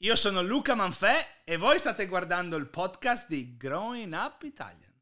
Io sono Luca Manfè e voi state guardando il podcast di Growing Up Italian.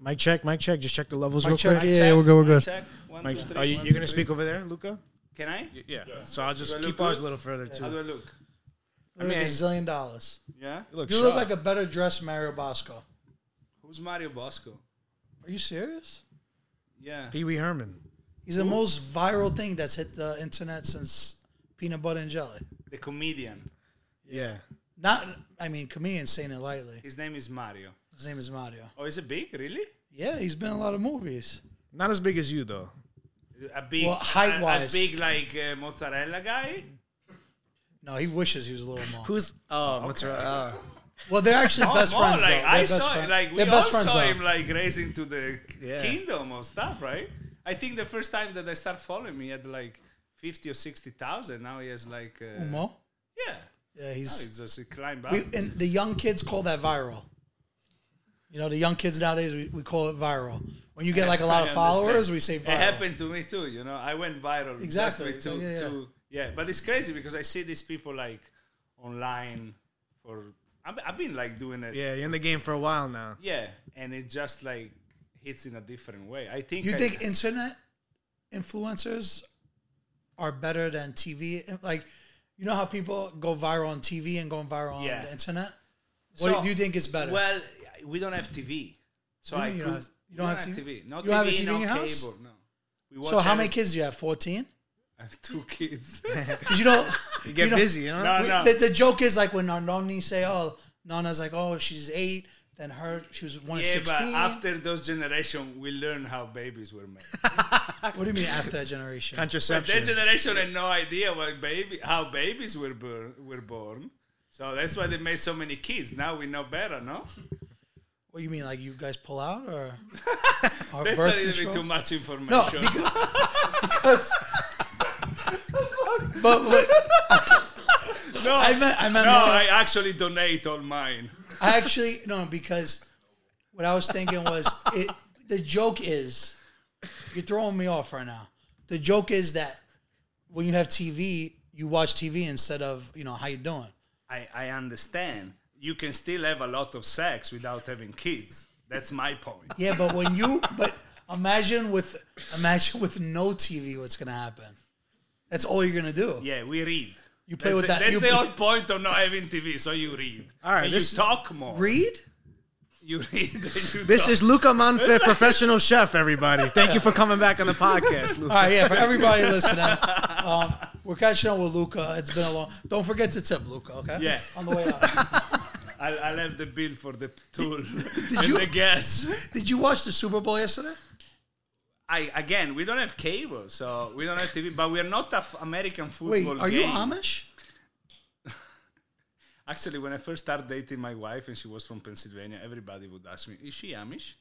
Mic check, mic check. Just check the levels Mic real check, quick. Yeah, we're good, we're Mic good. check. One, Mic- two, three, Are you, one, you're two, three. gonna speak over there, Luca? Can I? Yeah. So I'll just Do I keep look ours good? a little further How do too. I look? Look I at mean- a zillion dollars. Yeah? You look, You look like a better dressed Mario Bosco. Who's Mario Bosco? Are you serious? Yeah. Pee Wee Herman. He's the most viral thing that's hit the internet since peanut butter and jelly. The comedian. Yeah. Not, I mean, comedian saying it lightly. His name is Mario. His name is Mario. Oh, is it big? Really? Yeah, he's been in a lot of movies. Not as big as you though. A big, Well, height-wise. a- as big like uh, mozzarella guy. No, he wishes he was a little more. Who's? Oh, what's right? Well, they're actually Oh, best more friends. like though. I They're best saw, friend- like we they're all best friends, saw though. him like raising to the Yeah. kingdom of stuff, right? I think the first time that I start following, him, he had like fifty or sixty thousand. Now he has like uh, Umo? yeah, Yeah, now he's. he's just climbed up. We, and the young kids call that viral. You know, the young kids nowadays, we, we call it viral. When you get like a lot of I followers, understand. we say It viral. happened to me too. You know, I went viral just Exactly. with two- Yeah, yeah, yeah. two- yeah, but it's crazy because I see these people like online for. I've I've been like doing it. Yeah, you're in the game for a while now. Yeah, and it just like hits in a different way. I think You I- think internet influencers are better than TV? Like, you know how people go viral on TV and going viral on Yeah. the internet? What do you think is better? Well, we don't have TV, so What I do you mean you could- don't have- you we don't have TV? No You TV, don't have a TV no in your cable. house? No. We so, watch how many every- kids do you have? 14? I have two kids. Because you know, You get know- busy, you know. No, we- no. The, the joke is like when our nonni say, "Oh, Nana's like, oh, she's eight, then her she was one yeah, but sixteen. after those generation, we learn how babies were made. what do you mean after that generation? But that Contraception. generation had no idea what baby how babies were born, were born. So that's why they made so many kids. Now we know better, no? What do you mean, like you guys pull out or or That's birth a little bit too control? much information. No, because. But, but no, I meant, I meant, no, I actually donate all mine. I actually no because what I was thinking was it. The joke is you're throwing me off right now. The joke is that when you have TV, you watch TV instead of you know how you doing. I, I understand. You can still have a lot of sex without having kids. That's my point. Yeah, but when you but imagine with imagine with no TV, what's gonna happen? That's all you're gonna do. Yeah, we read. You play that's with the, that- That's you the play- whole point of not having TV. So you read. All right, And you this- talk more. Read. You read. And you This talk. is Luca Manfred, professional chef. Everybody, thank you for coming back on the podcast, Luca. All right, yeah. For everybody listening, um, we're catching up with Luca. It's been a long. Don't forget to tip Luca. Okay. Yeah. On the way out. I'll, I'll have the bill for the tool and you- the gas. Did you watch the Super Bowl yesterday? I again, we don't have cable, so we don't have TV. But we are not a f- American football. Wait, are you game. Amish? Actually, when I first started dating my wife, and she was from Pennsylvania, everybody would ask me, "Is she Amish?"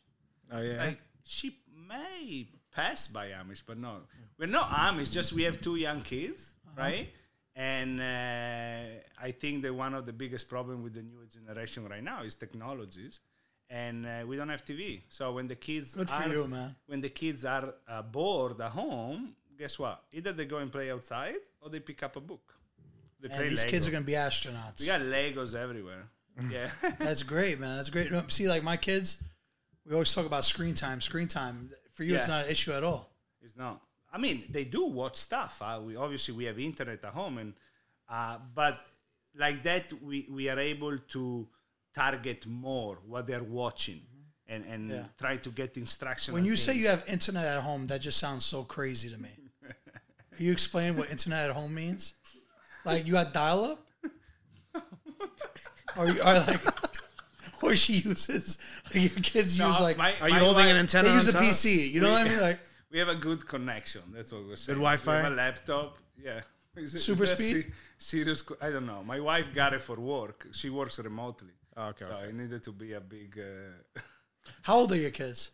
Oh yeah. like she may pass by Amish, but no, we're not Amish. Just we have two young kids, Uh-huh. right? And uh, I think that one of the biggest problem with the newer generation right now is technologies, and uh, we don't have TV. So when the kids Good for are, you, man. when the kids are uh, bored at home, guess what? Either they go and play outside or they pick up a book. They And these kids are gonna be astronauts. we got Legos everywhere. Yeah, That's great, man. That's great. See, like my kids, we always talk about screen time. Screen time for you, it's Yeah. not an issue at all. It's not. I mean, they do watch stuff. Uh, we obviously we have internet at home, and uh, but like that, we we are able to target more what they're watching and and Yeah. try to get instruction. When you say you have internet at home, that just sounds so crazy to me. Can you explain what internet at home means? Like you got dial up? or you are like or she uses like your kids use Uh, like Are you holding an antenna? they use a on top? PC, you know what I mean? Like We have a good connection. That's what we're saying. Wi-Fi? We have a laptop. Yeah. Is it- is Super that speed? se- serious. que- I don't know. My wife got it for work. She works remotely. Okay, So I needed to be a big. Uh, How old are your kids?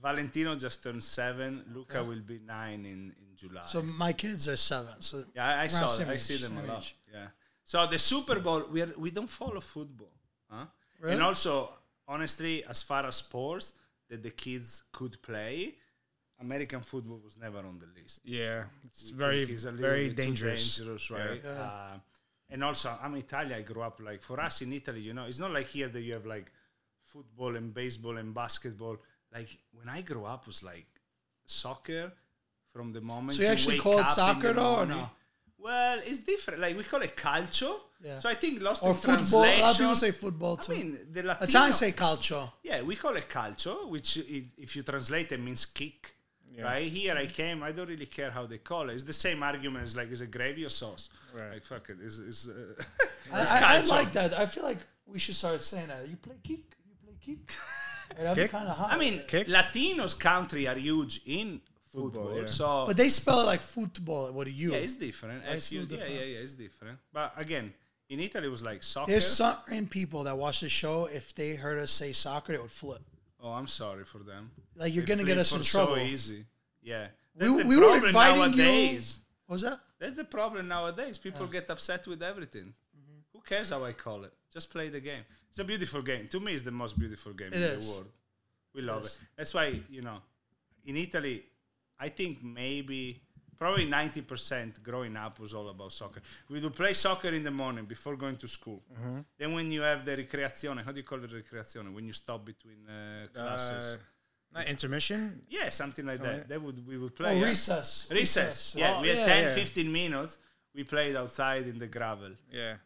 Valentino just turned seven. Luca will be nine in, in July. So my kids are seven. So yeah, I, I around saw. same I age, see them a same lot. age. Yeah. So the Super Bowl, we are, we don't follow football, huh? Really? And also, honestly, as far as sports that the kids could play, American football was never on the list. Yeah, it's We very think it's a little very bit too dangerous. dangerous, right? Uh, and also, I'm Italian. I grew up like for us in Italy, you know, it's not like here that you have like football and baseball and basketball. Like when I grew up, was like soccer from the moment. So you actually wake call it up in soccer the though, or morning. no? Well, it's different. Like we call it calcio. Yeah. So I think lost or in football. A lot of people translation. say football too. I mean, the Latino, Italians say calcio. yeah, we call it calcio, which i if you translate it means kick. Right here, Mm-hmm. I came. I don't really care how they call it. It's the same argument as like is a gravy or sauce. Right. Like fuck it, it's, it's, uh, I, it's I, I calcio. like that. I feel like we should start saying that. You play kick. You play kick. And I'm Kick? kind of hot. I mean, Kick? Latinos country are huge in football, yeah. so but they spell it like football. What do you? Oh. yeah, it's different. it's FU, still Yeah, different. yeah, yeah, it's different. But again, in Italy, it was like soccer. There's certain people that watch the show. If they heard us say soccer, it would flip. oh, I'm sorry for them. Like you're They gonna get flip us for in trouble. So easy. Yeah, We, That's the we were problem inviting nowadays. you. What was that? That's the problem nowadays. People get upset with everything. Mm-hmm. Who cares how I call it? Just play the game. It's a beautiful game. To me, it's the most beautiful game in is. the world. We love is. it. That's why, you know, in Italy, I think maybe, probably 90% growing up was all about soccer. We do play soccer in the morning before going to school. Mm-hmm. Then when you have the recreazione, how do you call it recreazione? When you stop between uh, classes. Uh, not intermission. yeah, something like that. That would we would Oh, play. yeah. recess. Recess. Yeah, Oh, we had yeah, 10, yeah. 15 minutes. We played outside in the gravel. Yeah,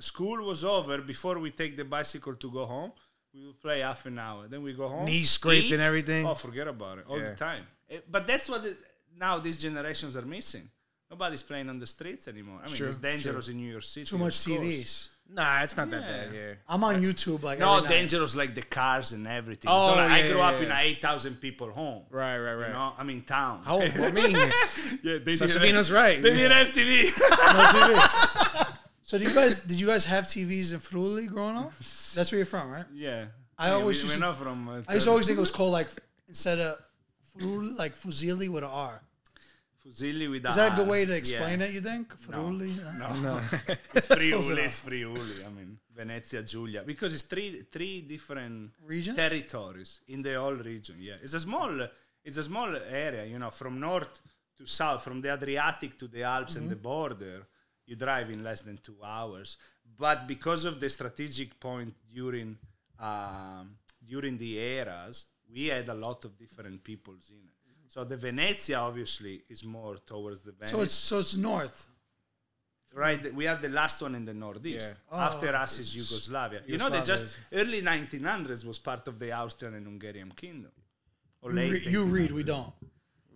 School was over. Before we take the bicycle to go home, we would play half an hour. Then we go home. Knees scraped and eat. everything. Oh, forget about it. All Yeah. the time. Eh, but that's what it, now these generations are missing. Nobody's playing on the streets anymore. I mean, Sure, it's dangerous in New York City. Too much of course. TVs. nah, it's not Yeah. that bad. Yeah, I'm on YouTube. Like No, every night. dangerous like the cars and everything. Oh, it's not like yeah, I grew yeah, up in yeah. an 8,000 people home. right, right, right. You know, I'm in town. How old? I mean, yeah, they so didn't- Sabino's right. They didn't have TV. No TV. so do you guys? Did you guys have TVs in Frulli growing up? That's where you're from, right? Yeah. I always we, used we're to- not from. Uh, I used to always think it was called like instead of Frulli, like Fuzili with an R. Fusilli with Is that a good way to explain it? You think Frulli? Yeah. Ah, No, it's close Friuli. enough. It's Friuli. I mean, Venezia, Giulia, because it's three three different Regions? territories in the whole region. Yeah, it's a small it's a small area. You know, from north to south, from the Adriatic to the Alps Mm-hmm. and the border, you drive in less than two hours. But because of the strategic point during um, during the eras, we had a lot of different peoples in it. So the Venezia obviously is more towards the Venice So it's so it's north. right? th- We are the last one in the northeast. Yeah. After us is Yugoslavia. You know, they just early 1900s was part of the Austrian and Hungarian kingdom. Or You, re- late. you read, we don't.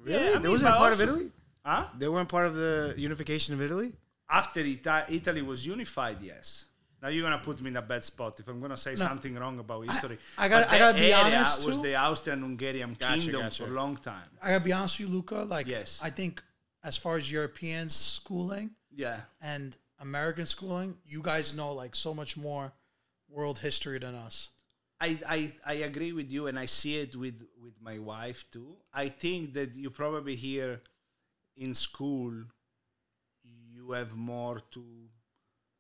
Yeah, I They mean, wasn't but part of also- Italy. Huh? They weren't part of the unification of Italy. After Ita- Italy was unified, yes. Now you're gonna put me in a bad spot if I'm gonna say something wrong about history. I gotta- But that I gotta be area honest, Was too. the Austrian-Hungarian Gotcha, kingdom gotcha. for a long time? I gotta be honest with you, Luca. Like, Yes. I think as far as Europeans schooling Yeah. and American schooling, you guys know like so much more world history than us. I, I, I agree with you and I see it with, with my wife too. I think that you probably hear in school you have more to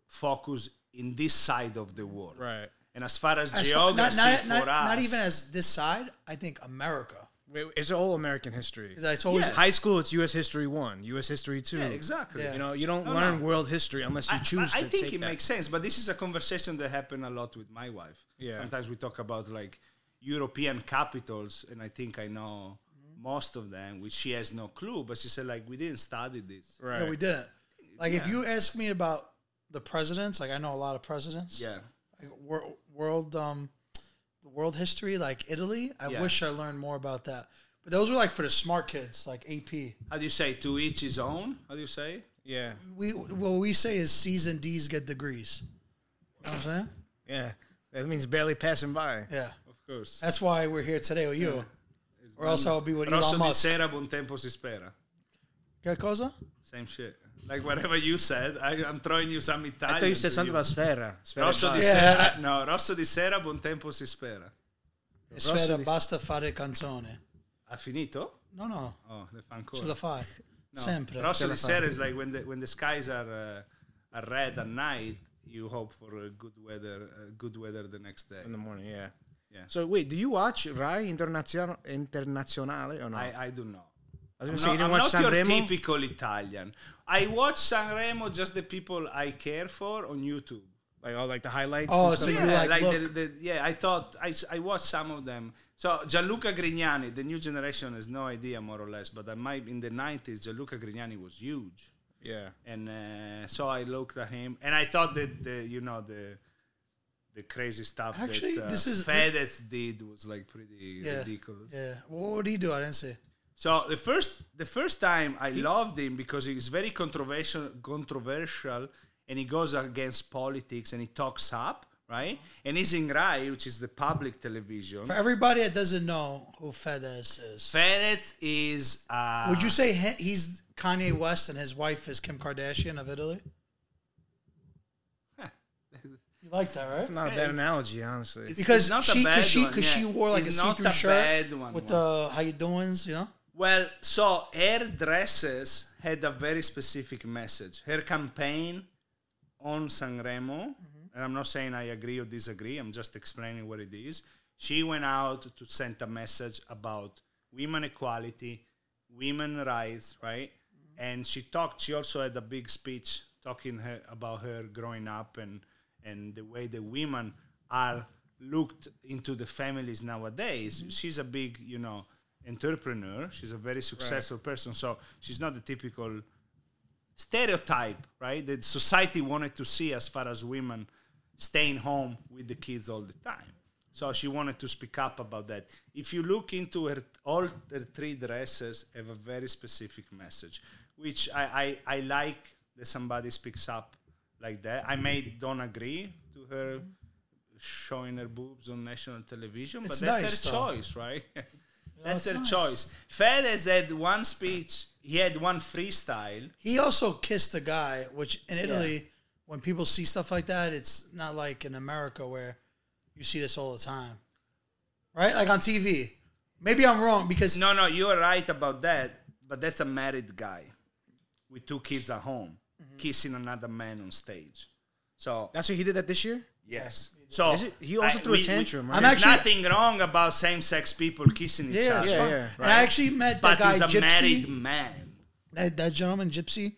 focus in this side of the world. Right. And as far as, As far- geography not, not, for not, us not even as this side. I think America. Wait, It's all American history. 'Cause It's always Yeah. High school, it's U.S. History one, U.S. History two. Yeah, exactly. Yeah. You know, you don't No, learn no. world history unless you I- choose. I, I to think take it that. makes sense, but this is a conversation that happened a lot with my wife. Yeah. Sometimes we talk about like European capitals, and I think I know Mm-hmm. most of them, which she has no clue. But she said like we didn't study this. right. yeah, we didn't. Like, if you ask me about the presidents, like I know a lot of presidents. Yeah. like, wor- world um world history like Italy. I Yeah. wish I learned more about that. But those were like for the smart kids, like AP. How do you say to each his own? How do you say? yeah, We what we say is C's and D's get degrees. You know what I'm saying? yeah. That means barely passing by. Yeah. Of course. That's why we're here today with you. Or else I'll be with Rosso Elon di Musk. sera buon tempo si spera. Che cosa? Same shit. Like whatever you said, I, I'm throwing you some Italian. I thought you said to something about Sfera. Sfera Rosso di Basta. Yeah. sera, no, rosso di sera, buon tempo si spera. Sfera, di- basta fare canzone. Ha finito? No, no, Oh, le fa ce la ancora. fai. No. Sempre. Rosso Ce la di fa. sera is like when the, when the skies are, uh, are red at night, you hope for a good weather, uh, good weather the next day. in the morning. Yeah. Yeah. So wait, do you watch Rai Internazionale, Internazionale or no? I, I do not. I was I'm not, gonna say you didn't I'm watch not your Sanremo. typical Italian. I watch Sanremo just the people I care for on YouTube. Like all like the highlights. Oh, and so stuff? you- Yeah, like, like the, look. the, yeah, I thought I, s- I watched some of them. So Gianluca Grignani, the new generation has no idea more or less, but I might in the nineties Gianluca Grignani was huge, yeah. and uh, so I looked at him, and I thought that the you know the the crazy stuff Actually, that uh, this is- Fedez did was like pretty yeah. ridiculous. Yeah. What would he do? I didn't see. So the first the first time I loved him because he's very controversial controversial and he goes against politics and he talks up, right? And he's in Rai, which is the public television. For everybody that doesn't know who Fedez is, Fedez is uh, would you say he- he's Kanye West and his wife is Kim Kardashian of Italy? you like that, right? It's not a bad analogy, honestly. It's- because not a she, bad cause she, one, cause she yeah. wore like It's a not see-through a shirt bad one, with yeah. the how you doings, you know. Well, so her dresses had a very specific message. Her campaign on Sanremo, and I'm not saying I agree or disagree, I'm just explaining what it is. She went out to send a message about women equality, women rights, right? And she talked, she also had a big speech talking her, about her growing up and, and the way the women are looked into the families nowadays. She's a big, you know, entrepreneur. She's a very successful person. So she's not the typical stereotype, right? That society wanted to see as far as women staying home with the kids all the time. So she wanted to speak up about that. If you look into her, all her three dresses have a very specific message, which I, I, I like that somebody speaks up like that. I may don't agree to her showing her boobs on national television, but It's that's nice, her though. choice, right? that's it's her nice. choice. Fedez had one speech, he had one freestyle, He also kissed a guy, which in Italy, when people see stuff like that, it's not like in America where you see this all the time, right? Like on TV. Maybe I'm wrong because No, no, you are right about that. But that's a married guy with two kids at home Mm-hmm. kissing another man on stage. So That's what he did that this year. yes. So Is it- he also threw a tantrum, right? I'm there's actually- nothing wrong about same-sex people kissing each yeah, other, it's Yeah, fine. yeah, And I actually met but that guy he's a Gypsy. married man. that, that gentleman Gypsy.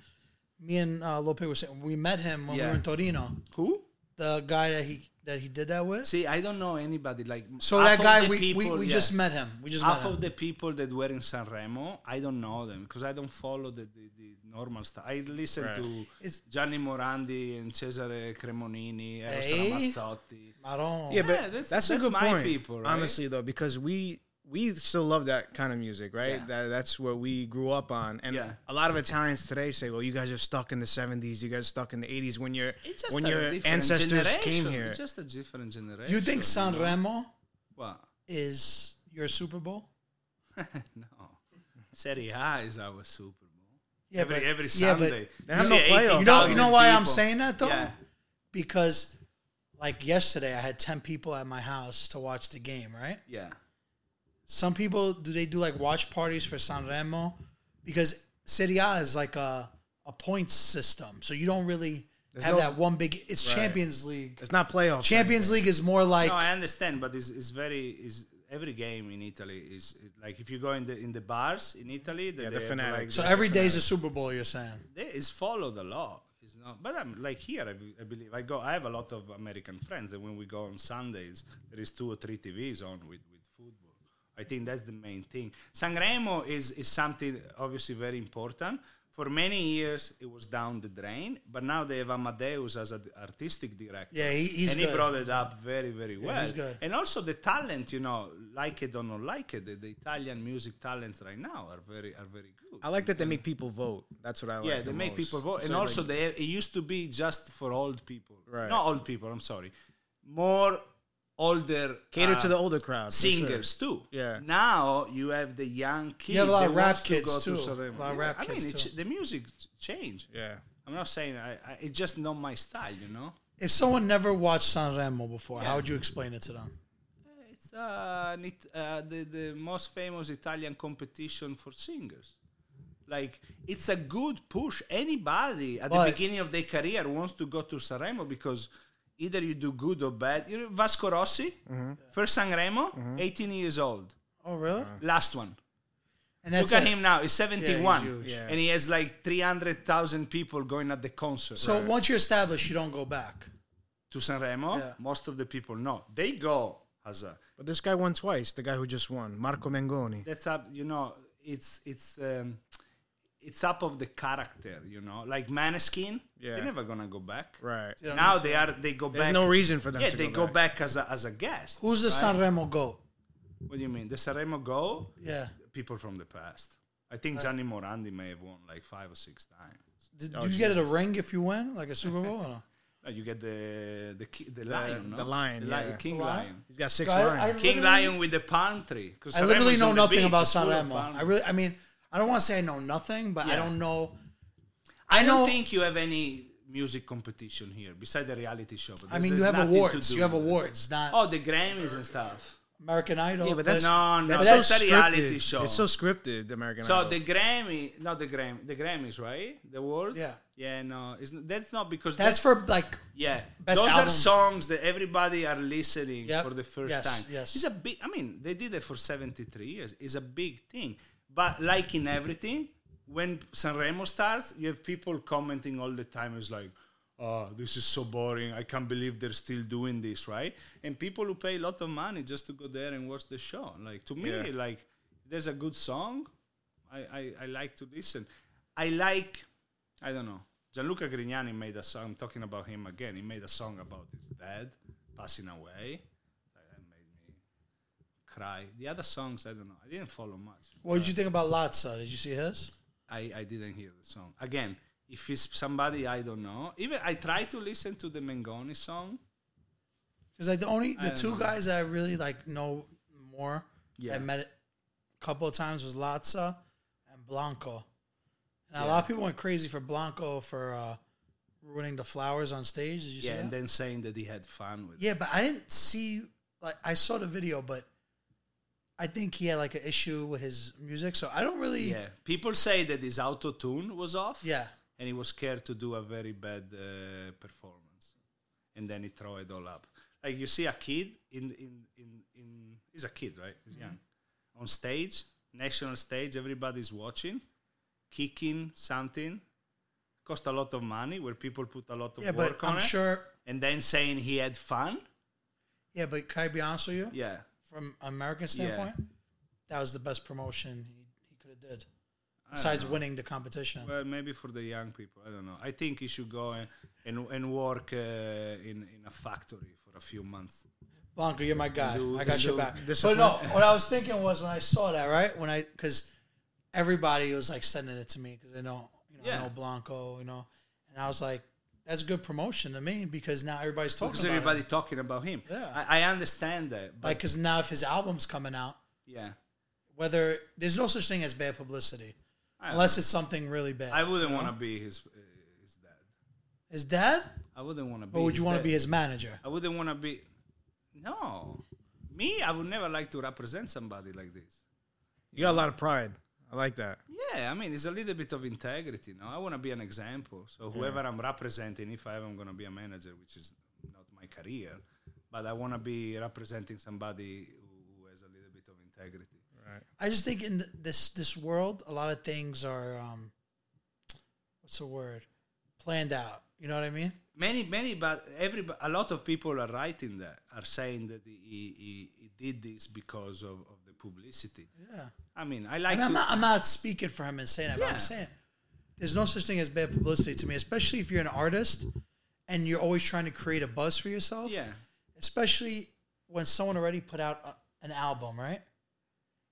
Me and uh, Lope were saying we met him when we Yeah. were in Torino. Who? The guy that he that he did that with. See, I don't know anybody like. So half that of guy the we, we, people- we yeah. just met him. We just met half him. of the people that were in Sanremo, I don't know them because I don't follow the, the, the normal stuff. I listen Right. to It's- Gianni Morandi and Cesare Cremonini, Eros Hey. Ramazzotti. Maron. Yeah, but Yeah, that's, that's- a that's good my point. people, right? Honestly, though, because we we still love that kind of music, right? Yeah. That that's what we grew up on, and Yeah. a lot of Italians today say, "Well, you guys are stuck in the '70s. You guys are stuck in the '80s when your It's just when a your different ancestors came generation. here." It's just a different generation. Do you think Sanremo What? is your Super Bowl? no. Serie A is our Super Bowl. Yeah, every but- every yeah, but- Sunday. They have no playoffs. You know, you 80,000 know why I'm people. saying that though? Yeah. Because like yesterday, I had ten people at my house to watch the game. Right? Yeah. Some people do they do like watch parties for Sanremo because Serie A is like a a points system, so you don't really have no- that one big. It's Right. Champions League. it's not playoffs. Champions League is more like No, I understand, but it's, it's very is every game in Italy is is like if you go in the in the bars in Italy, they- Yeah, they the have, fanatics. like, so the- every day is a Super Bowl. You're saying? they, it's follow the law. It's not, but I'm like here. I, be- I believe I go. I have a lot of American friends, and when we go on Sundays, there is two or three TVs on with, with football. I think that's the main thing. Sanremo is is something obviously very important. For many years, it was down the drain, but now they have Amadeus as an artistic director Yeah, he, he's and good. he brought it up very, very well. he's good. And also the talent, you know, like it or not like it, the, the Italian music talents right now are very, are very good. I like that they make people vote. That's what I like. yeah, the they make most. people vote, and So, also like, they it used to be just for old people, Right. not old people. I'm sorry, more older Cater to uh, the older crowd. for sure. singers too. Yeah. Now you have the young kids. have a lot that of rap wants to kids, go to too. Sanremo. A lot of Yeah, rap I mean, kids, it's, too. the music changed. Yeah. I'm not saying I, I. It's just not my style, you know. If someone never watched Sanremo before, how would you explain it to them? It's uh, an It- uh, the the most famous Italian competition for singers. Like it's a good push. Anybody at the But- beginning of their career wants to go to Sanremo because either you do good or bad. You know, Vasco Rossi, Mm-hmm. first Sanremo, 18 years old, Oh, really? last one. And that's Look at it. him now. He's 71. huge. Yeah. And he has like 300,000 people going at the concert. So once you're established, you don't go back. to Sanremo, Yeah. most of the people no. They go as a. But this guy won twice. The guy who just won, Marco Mengoni. That's up, you know, it's, it's, um, it's up of the character, you know. Like Maneskin, Yeah. they're never gonna go back. Right. Yeah. Now they are. They go There's back. no reason for them. Yeah, to they go, go back, as a as a guest. Who's the Sanremo goat? What do you mean? The Sanremo go Yeah. people from the past. I think Gianni Morandi may have won like five or six times. Did, Oh, do you get it a ring if you win, like a Super Bowl? Or no? No, you get the the ki- the lion, no? the lion, li- yeah. king The lion? lion, He's got six I- lines. I- king Literally- lion with the palm tree. 'cause I Sanremo's literally know on the nothing beach, about it's full of Sanremo. palm I really, I mean, I don't want to say I know nothing, but I Yeah. don't know. I I don't know. think you have any music competition here beside the reality show. but I there's- mean, you there's have nothing to awards. do. You have awards, not Oh, the Grammys and stuff. American Idol. Yeah, but that's No, no, that's that's so a reality scripted. show. It's so scripted. the American So Idol. the Grammy, not the Grammy, the Grammys, right? The awards. Yeah. Yeah. No, it's, n- that's not because that's for like Yeah, Best those are album. songs that everybody are listening Yep. for the first Yes, time. yes. it's a big. I mean, they did it for seventy three years. It's a big thing. But like in everything, when Sanremo starts, you have people commenting all the time. It's like, "Oh, this is so boring. I can't believe they're still doing this." Right? And people who pay a lot of money just to go there and watch the show. Like to me, Yeah. like there's a good song. I, I, I like to listen. I like, I don't know. Gianluca Grignani made a song. I'm talking about him again. He made a song about his dad passing away. That made me cry. The other songs, I don't know. I didn't follow much. What did you think about Latza? Did you see his? I, I didn't hear the song again. If it's somebody I don't know, even I try to listen to the Mengoni song. Because like the only the don't two know. guys that I really like know more, Yeah. I met a couple of times was Latza and Blanco. And a lot of people went crazy for Blanco for uh, ruining the flowers on stage. Did you Yeah, see and that? then saying that he had fun with. it. Yeah, but I didn't see like I saw the video, but I think he had like an issue with his music, so I don't really. Yeah, people say that his auto tune was off. Yeah. and he was scared to do a very bad uh, performance, and then he throw it all up. Like you see a kid in in in, in he's a kid, right? He's Mm-hmm. young, on stage, national stage, everybody's watching, kicking something, cost a lot of money, where people put a lot of Yeah, but work on I'm it, sure. and then saying he had fun. Yeah, but can I be honest with you? Yeah, From an American standpoint, that was the best promotion he, he could have did. I don't besides know. winning the competition. Well, maybe for the young people, I don't know. I think he should go and and, and work uh, in in a factory for a few months. Blanco, you're my guy. Do- I got do- your back. But discipline. no, what I was thinking was when I saw that, right? When I because everybody was like sending it to me because they know, you know, Yeah. I know Blanco, you know, and I was like, that's good promotion to me because now everybody's talking Because about everybody it. talking about him. Yeah. I, I understand that, but Like, because now if his album's coming out, yeah, whether there's no such thing as bad publicity, I, unless it's something really bad. I wouldn't want to be his uh, his dad. his dad, I wouldn't want to be. or would his you want dad. to be his manager? I wouldn't want to be. No, me, I would never like to represent somebody like this. you got a lot of pride. I like that. Yeah, I mean, it's a little bit of integrity. No, I want to be an example. So whoever I'm representing, if I am going to be a manager, which is not my career, but I want to be representing somebody who has a little bit of integrity. Right. I just think in th- this this world, a lot of things are um, what's the word? Planned out. You know what I mean? many many but every a lot of people are writing that are saying that he, he, he did this because of, of the publicity Yeah. i mean i I like mean, I'm to not I'm not speaking for him and saying that, but Yeah. I'm saying there's no such thing as bad publicity to me, especially if you're an artist and you're always trying to create a buzz for yourself. yeah Especially when someone already put out a, an album, right?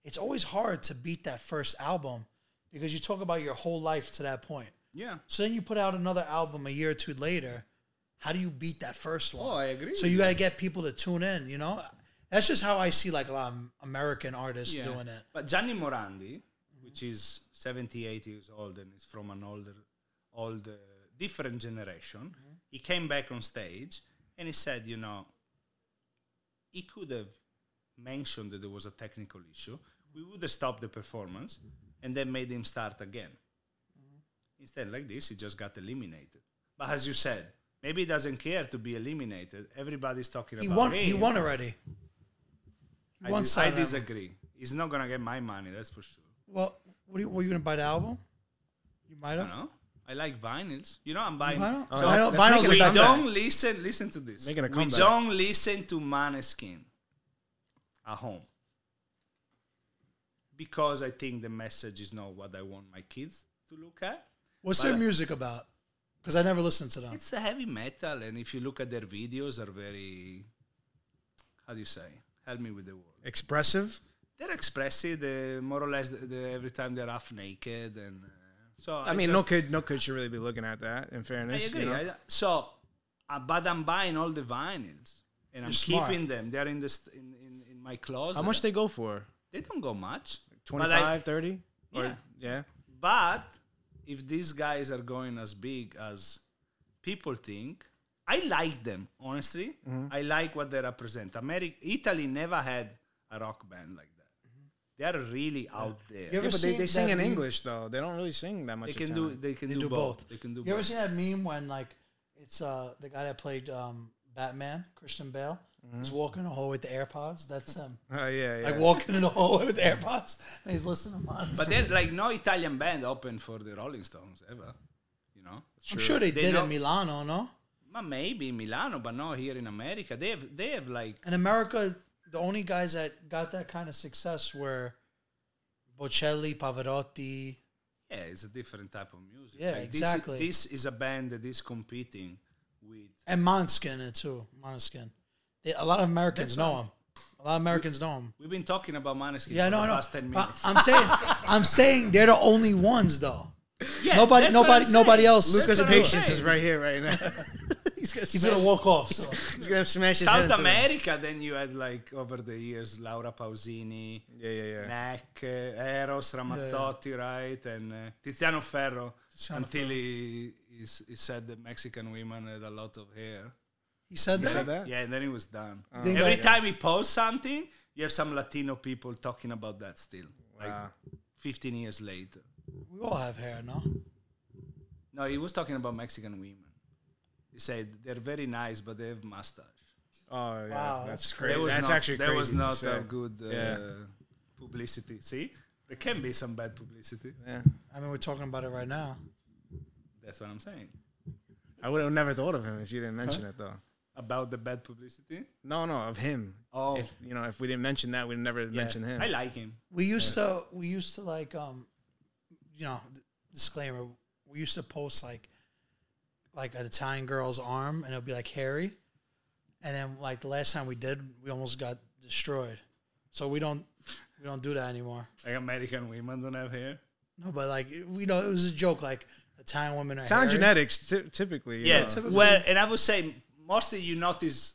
It's always hard to beat that first album because you talk about your whole life to that point. yeah So then you put out another album a year or two later, How do you beat that first one? Oh, I agree. So you got to get people to tune in. You know, that's just how I see like a lot of American artists Yeah. doing it. But Gianni Morandi, which is 78 years old and is from an older, old, uh, different generation, he came back on stage and he said, you know, he could have mentioned that there was a technical issue. We would have stopped the performance and then made him start again. Instead, like this, he just got eliminated. But as you said, maybe he doesn't care to be eliminated. Everybody's talking He about won. him. He won already. I, One dis- I side um, album. disagree. He's not gonna get my money, that's for sure. Well, what are you, were you gonna buy the album? You might I have. know. I like vinyls. You know, I'm buying. Vinyl? So Oh, Vinyl- we vinyl's a we comeback. don't listen. Listen to this. Making a we comeback. don't listen to Maneskin at home because I think the message is not what I want my kids to look at. What's their music about? Because I never listened to them. It's a heavy metal, and if you look at their videos, are very. How do you say? Help me with the word. Expressive. They're expressive. They more or less the, the, every time they're half naked, and uh, so I mean, just- no kid, no kid should really be looking at that. In fairness, I you agree. I, know? so, uh, but I'm buying all the vinyls and I'm You're smart. keeping them. They're in the st- in, in, in my closet. How much they go for? They don't go much. But I- 25, 30? Yeah. Or, yeah. But if these guys are going as big as people think, I like them honestly. Mm-hmm. I like what they represent. America, Italy never had a rock band like that. They are really out there. Mm-hmm. You ever Yeah, but they, seen they sing that in meme- English though. They don't really sing that much. They in can do. Italian. They can They do, do both. both. They can do You ever both. seen that meme when like it's uh the guy that played um Batman, Christian Bale, is walking in the hallway with the AirPods? That's him. Oh yeah, yeah. Like walking in the hallway with the AirPods, and he's listening to Monster. But then, like, no Italian band opened for the Rolling Stones ever. You know, I'm sure they, They did don't- in Milano, no? But maybe in Milano, but not here in America. They have, they have like, In America, the only guys that got that kind of success were Bocelli, Pavarotti. yeah, it's a different type of music. Yeah, Like, exactly. This, this is a band that is competing with. And Monskin uh, too. Monskin. They, a lot of Americans know him. A lot of Americans know him. We've been talking about Maneskin Yeah, for no, Uh, the no. last ten But minutes. I'm saying, I'm saying they're the only ones though. Yeah, nobody- that's what nobody- I'm nobody saying. else. That's Lucas what I'm Patience saying. is right here, right now. he's gonna, He's smash, gonna walk off. So. he's gonna smash his head South into the- America. Then you had like over the years Laura Pausini, Yeah, yeah, yeah. Neck, uh, Eh. Eros Ramazzotti, right, and uh, Tiziano Ferro. until He, he, s- he said that Mexican women had a lot of hair. He said Said that. that? Yeah, and then it was done. Ah. Think Every that- time he posts something, you have some Latino people talking about that still, like Wow. 15 years later. We all have hair, no? No, he was talking about Mexican women. He said they're very nice, but they have mustache. Oh yeah, Wow, that's that's crazy. crazy. was That's not, actually there crazy. was to not say. a good uh, Yeah. publicity. See, there can be some bad publicity. Yeah. I mean, we're talking about it right now. That's what I'm saying I would have never thought of him if you didn't mention it though. about the bad publicity. No, no, of him. Oh. if, you know, if we didn't mention that, we'd never mention him. I like him. We used to, we used to like, um, you know, d- disclaimer. We used to post like, like an Italian girl's arm, and it'll be like hairy, and then like the last time we did, we almost got destroyed. So we don't, we don't do that anymore. Like American women don't have hair. No, but like we know it was a joke. Like Italian women are Sound hairy. genetics, ty- typically. you Yeah, know. it's- well, and I would say mostly you notice,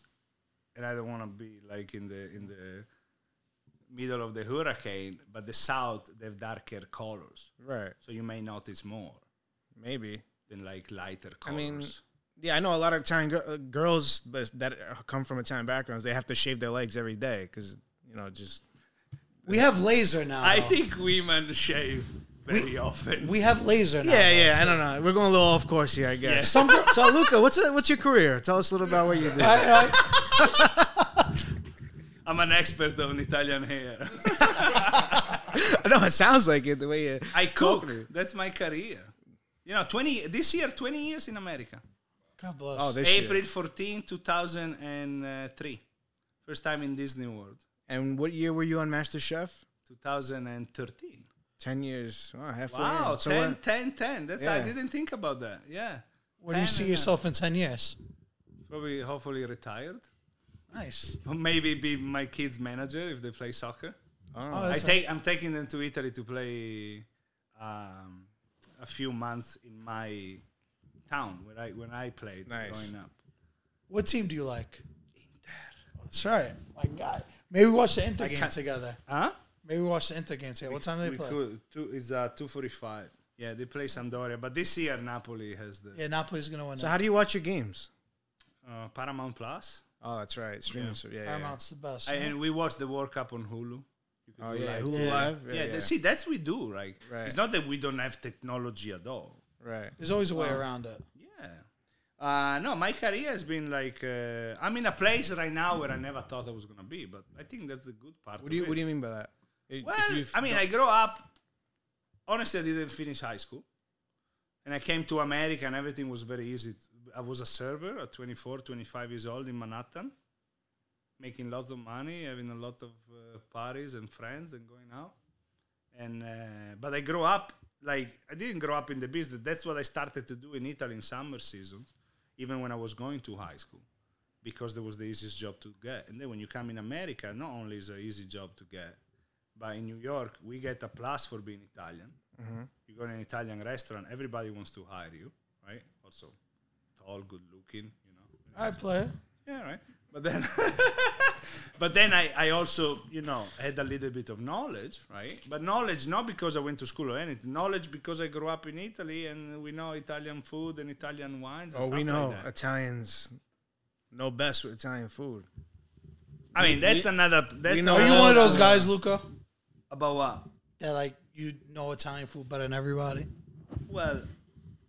and I don't want to be like in the in the middle of the hurricane, but the south they have darker colors, right. so you may notice more Maybe. than like lighter I colors. mean, yeah, I know a lot of Italian gir- uh, girls but that are- come from Italian backgrounds. They have to shave their legs every day because you know just We have laser now. I though. think women shave very often. we have laser now. yeah, though. yeah. I don't know. We're going a little off course here, I guess. Some girl, So, Luca, what's uh, what's your career? Tell us a little about what you do. I- I- I'm an expert on Italian hair. I know it sounds like it the way you. I cook. Totally. That's my career. You know, twenty this year, twenty years in America. God bless. Oh, this year. April 14, 2003. uh, First time in Disney World. And what year were you on Master Chef? 2013. Ten years. Wow, halfway. Wow, in. So 10, what- 10, 10. That's I Yeah. didn't think about that. Yeah. Where do you 10, see yeah. yourself in ten years? Probably, hopefully, retired. Nice. Or maybe be my kids' manager if they play soccer. Oh. Oh, I that's take, I'm taking them to Italy to play um, a few months in my town where I when I played Nice. growing up. What team do you like? Sorry, my God. Maybe we watch the Inter game can't- together. Huh? Maybe we watch the Inter game together. What time do they We play? could, two, it's uh, 245. Yeah, they play Sampdoria. But this year, Napoli has the Yeah, Napoli's gonna win. So that. how do you watch your games? uh, Paramount Plus. Oh, that's right. Streaming. Yeah, yeah. yeah. Paramount's the best. I- and we watch the World Cup on Hulu. You could Oh do yeah, live Hulu TV. Live. Yeah, that- see, that's we do. Like, Right. it's not that we don't have technology at all. right. There's always a way around it. Yeah. Uh, no, my career has been like uh, I'm in a place right now where I never thought I was gonna be, but I think that's the good part. What do you What do you mean by that? If Well, you've I mean, done- I grew up. Honestly, I didn't finish high school, and I came to America, and everything was very easy. I was a server at 24, 25 years old in Manhattan, making lots of money, having a lot of uh, parties and friends, and going out. And uh, but I grew up like I didn't grow up in the business. That's what I started to do in Italy in summer season, even when I was going to high school because that was the easiest job to get. And then when you come in America, not only is it an easy job to get, but in New York, we get a plus for being Italian. Mm-hmm. You go in an Italian restaurant, everybody wants to hire you, right? Also, tall, good looking, you know. All right, player. Yeah, right. But then, but then I, I also, you know, had a little bit of knowledge, right? But knowledge not because I went to school or anything. Knowledge because I grew up in Italy and we know Italian food and Italian wines. And Oh, stuff we know Like that. Italians know best with Italian food. I mean, that's another. That's we know Are another you one of those Uh, guys, Luca? About what? That like you know Italian food better than everybody? Well,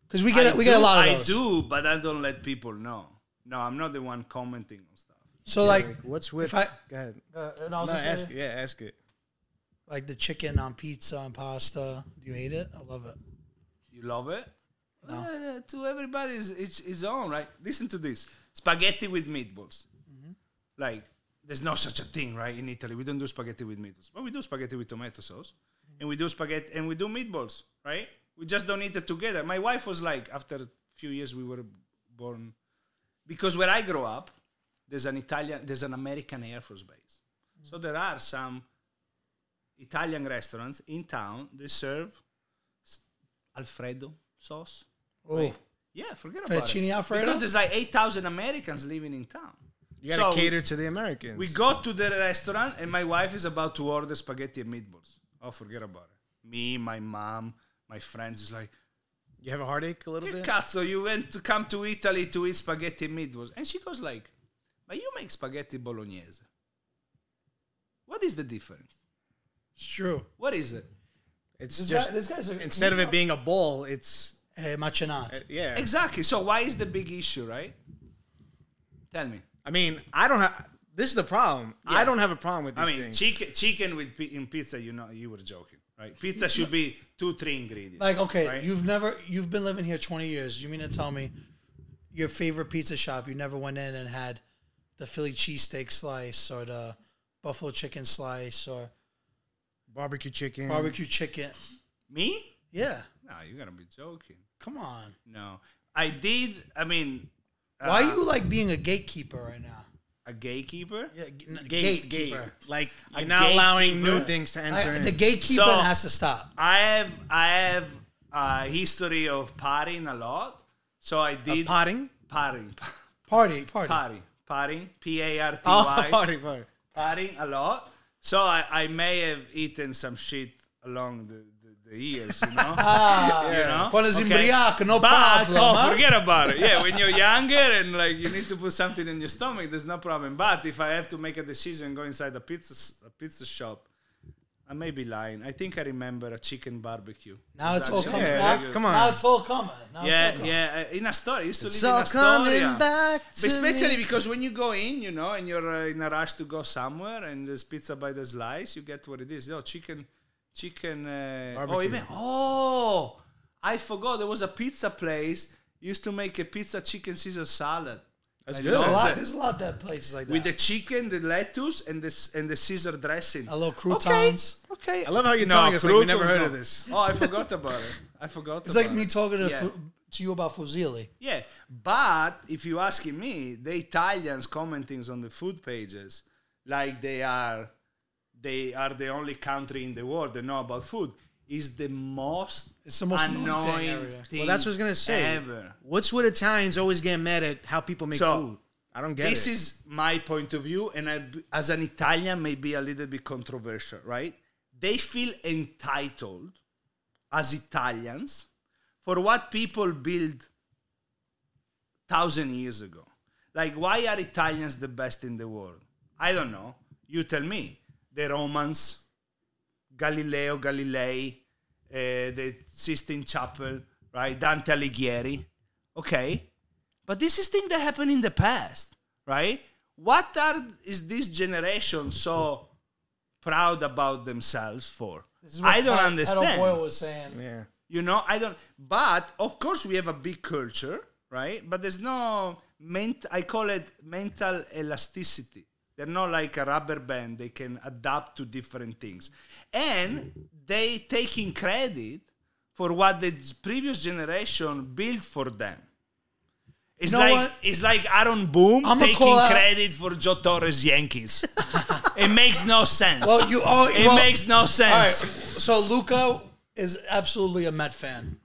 Because we get I we get a do- lot I of those. do, but I don't let people know. No, I'm not the one commenting on stuff. So like, Like, what's with? if I- go ahead. uh, and I was No, just ask saying, it. Yeah, ask it. like the chicken on pizza and pasta. Do you hate it? I love it. You love it? Uh, to everybody's it's his own, right? Listen to this: spaghetti with meatballs. Like, there's no such a thing, right? In Italy, we don't do spaghetti with meatballs, but we do spaghetti with tomato sauce, and we do spaghetti and we do meatballs, right? We just don't eat it together. My wife was like, after a few years, we were born because where I grew up, there's an Italian, there's an American Air Force base, so there are some Italian restaurants in town that serve s- Alfredo sauce. Oh, Yeah, forget about Fettuccine it. Alfredo? Because there's like 8,000 Americans living in town. You gotta So cater to the Americans. We go to the restaurant and my wife is about to order spaghetti and meatballs. Oh, forget about it. Me, my mom, my friends is like, you have a heartache a little "Che bit. cazzo, you went to come to Italy to eat spaghetti and meatballs. And she goes like, but you make spaghetti bolognese. What is the difference? it's true. What is it? It's This just guy- this guy's a- instead of it being a bowl, it's uh, Hey, Eh, machinat. yeah. Exactly. So why is the big issue, right? Tell me. I mean, I don't have. This is the problem. I Yeah. don't have a problem with these I mean, things. chicken, chicken with pi- in pizza. You know, you were joking, right? Pizza should be two, three ingredients. Like, okay, Right. you've never you've been living here 20 years. You mean to tell me your favorite pizza shop you never went in and had the Philly cheesesteak slice or the buffalo chicken slice or barbecue chicken. barbecue chicken? me? Yeah, No, you're gonna be joking. come on. No, I did. I mean, uh, Why are you like being a gatekeeper right now? a gatekeeper? Yeah, g- n- Gate, gatekeeper. gate. Like A you're not allowing gatekeeper. new things to enter. I, in. the gatekeeper So- has to stop. I have, I have a history of partying a lot, so I did potting. partying, Party, party. partying, partying, p a r t Oh, y, potty, potty. partying a lot. So I, I may have eaten some shit along the, the, the years, you know. You know? Quando si imbriaca, no but, problem, Oh, huh? forget about it. Yeah, when you're younger and like you need to put something in your stomach, there's no problem. But if I have to make a decision, go inside a pizza s- a pizza shop. I may be lying. I think I remember a chicken barbecue. Now it's all actually coming. very yeah, now, good. come on. Now it's all coming. Now it's all Yeah, coming. yeah. uh, In Astoria, I used to It's live in all Astoria. coming back to but especially me. because when you go in, you know, and you're uh, in a rush to go somewhere, and there's pizza by the slice, you get what it is. You know, chicken, chicken. Uh, oh, Barbecue. even oh, I forgot there was a pizza place used to make a pizza chicken Caesar salad. That's I good. love There's a lot. that. There's a lot that places like that. With the chicken, the lettuce, and the s- and the Caesar dressing. A little croutons. Okay. okay. I love how you're telling us like we never croutons, heard no. of this. Oh, I forgot about it. I forgot. It's about like it. me talking to, Yeah. fu- to you about fusilli. Yeah, but if you're asking me, the Italians commenting on the food pages like they are they are the only country in the world that know about food is the most It's the most annoying thing annoying ever. thing, Well, that's what I was gonna say. ever. What's with Italians always getting mad at how people make So food? I don't get this it. is my point of view, and I, as an Italian, maybe a little bit controversial, right? They feel entitled as Italians for what people built thousand years ago. Like, why are Italians the best in the world? I don't know. You tell me. The Romans, Galileo Galilei, uh, the Sistine Chapel, right? Dante Alighieri. Okay, but this is thing that happened in the past, right? What are is this generation so proud about themselves for? This is what I don't Pat- understand. Adam Boyle was saying. yeah. You know, I don't. But of course, we have a big culture, right? But there's no ment. I call it mental elasticity. They're not like a rubber band. They can adapt to different things, and they taking credit for what the previous generation built for them. It's You know like what? it's like Aaron Boone I'ma taking call out- credit for Joe Torres Yankees. it makes no sense. Well, you all. it well, makes no All right. sense. So Luca is absolutely a Met fan.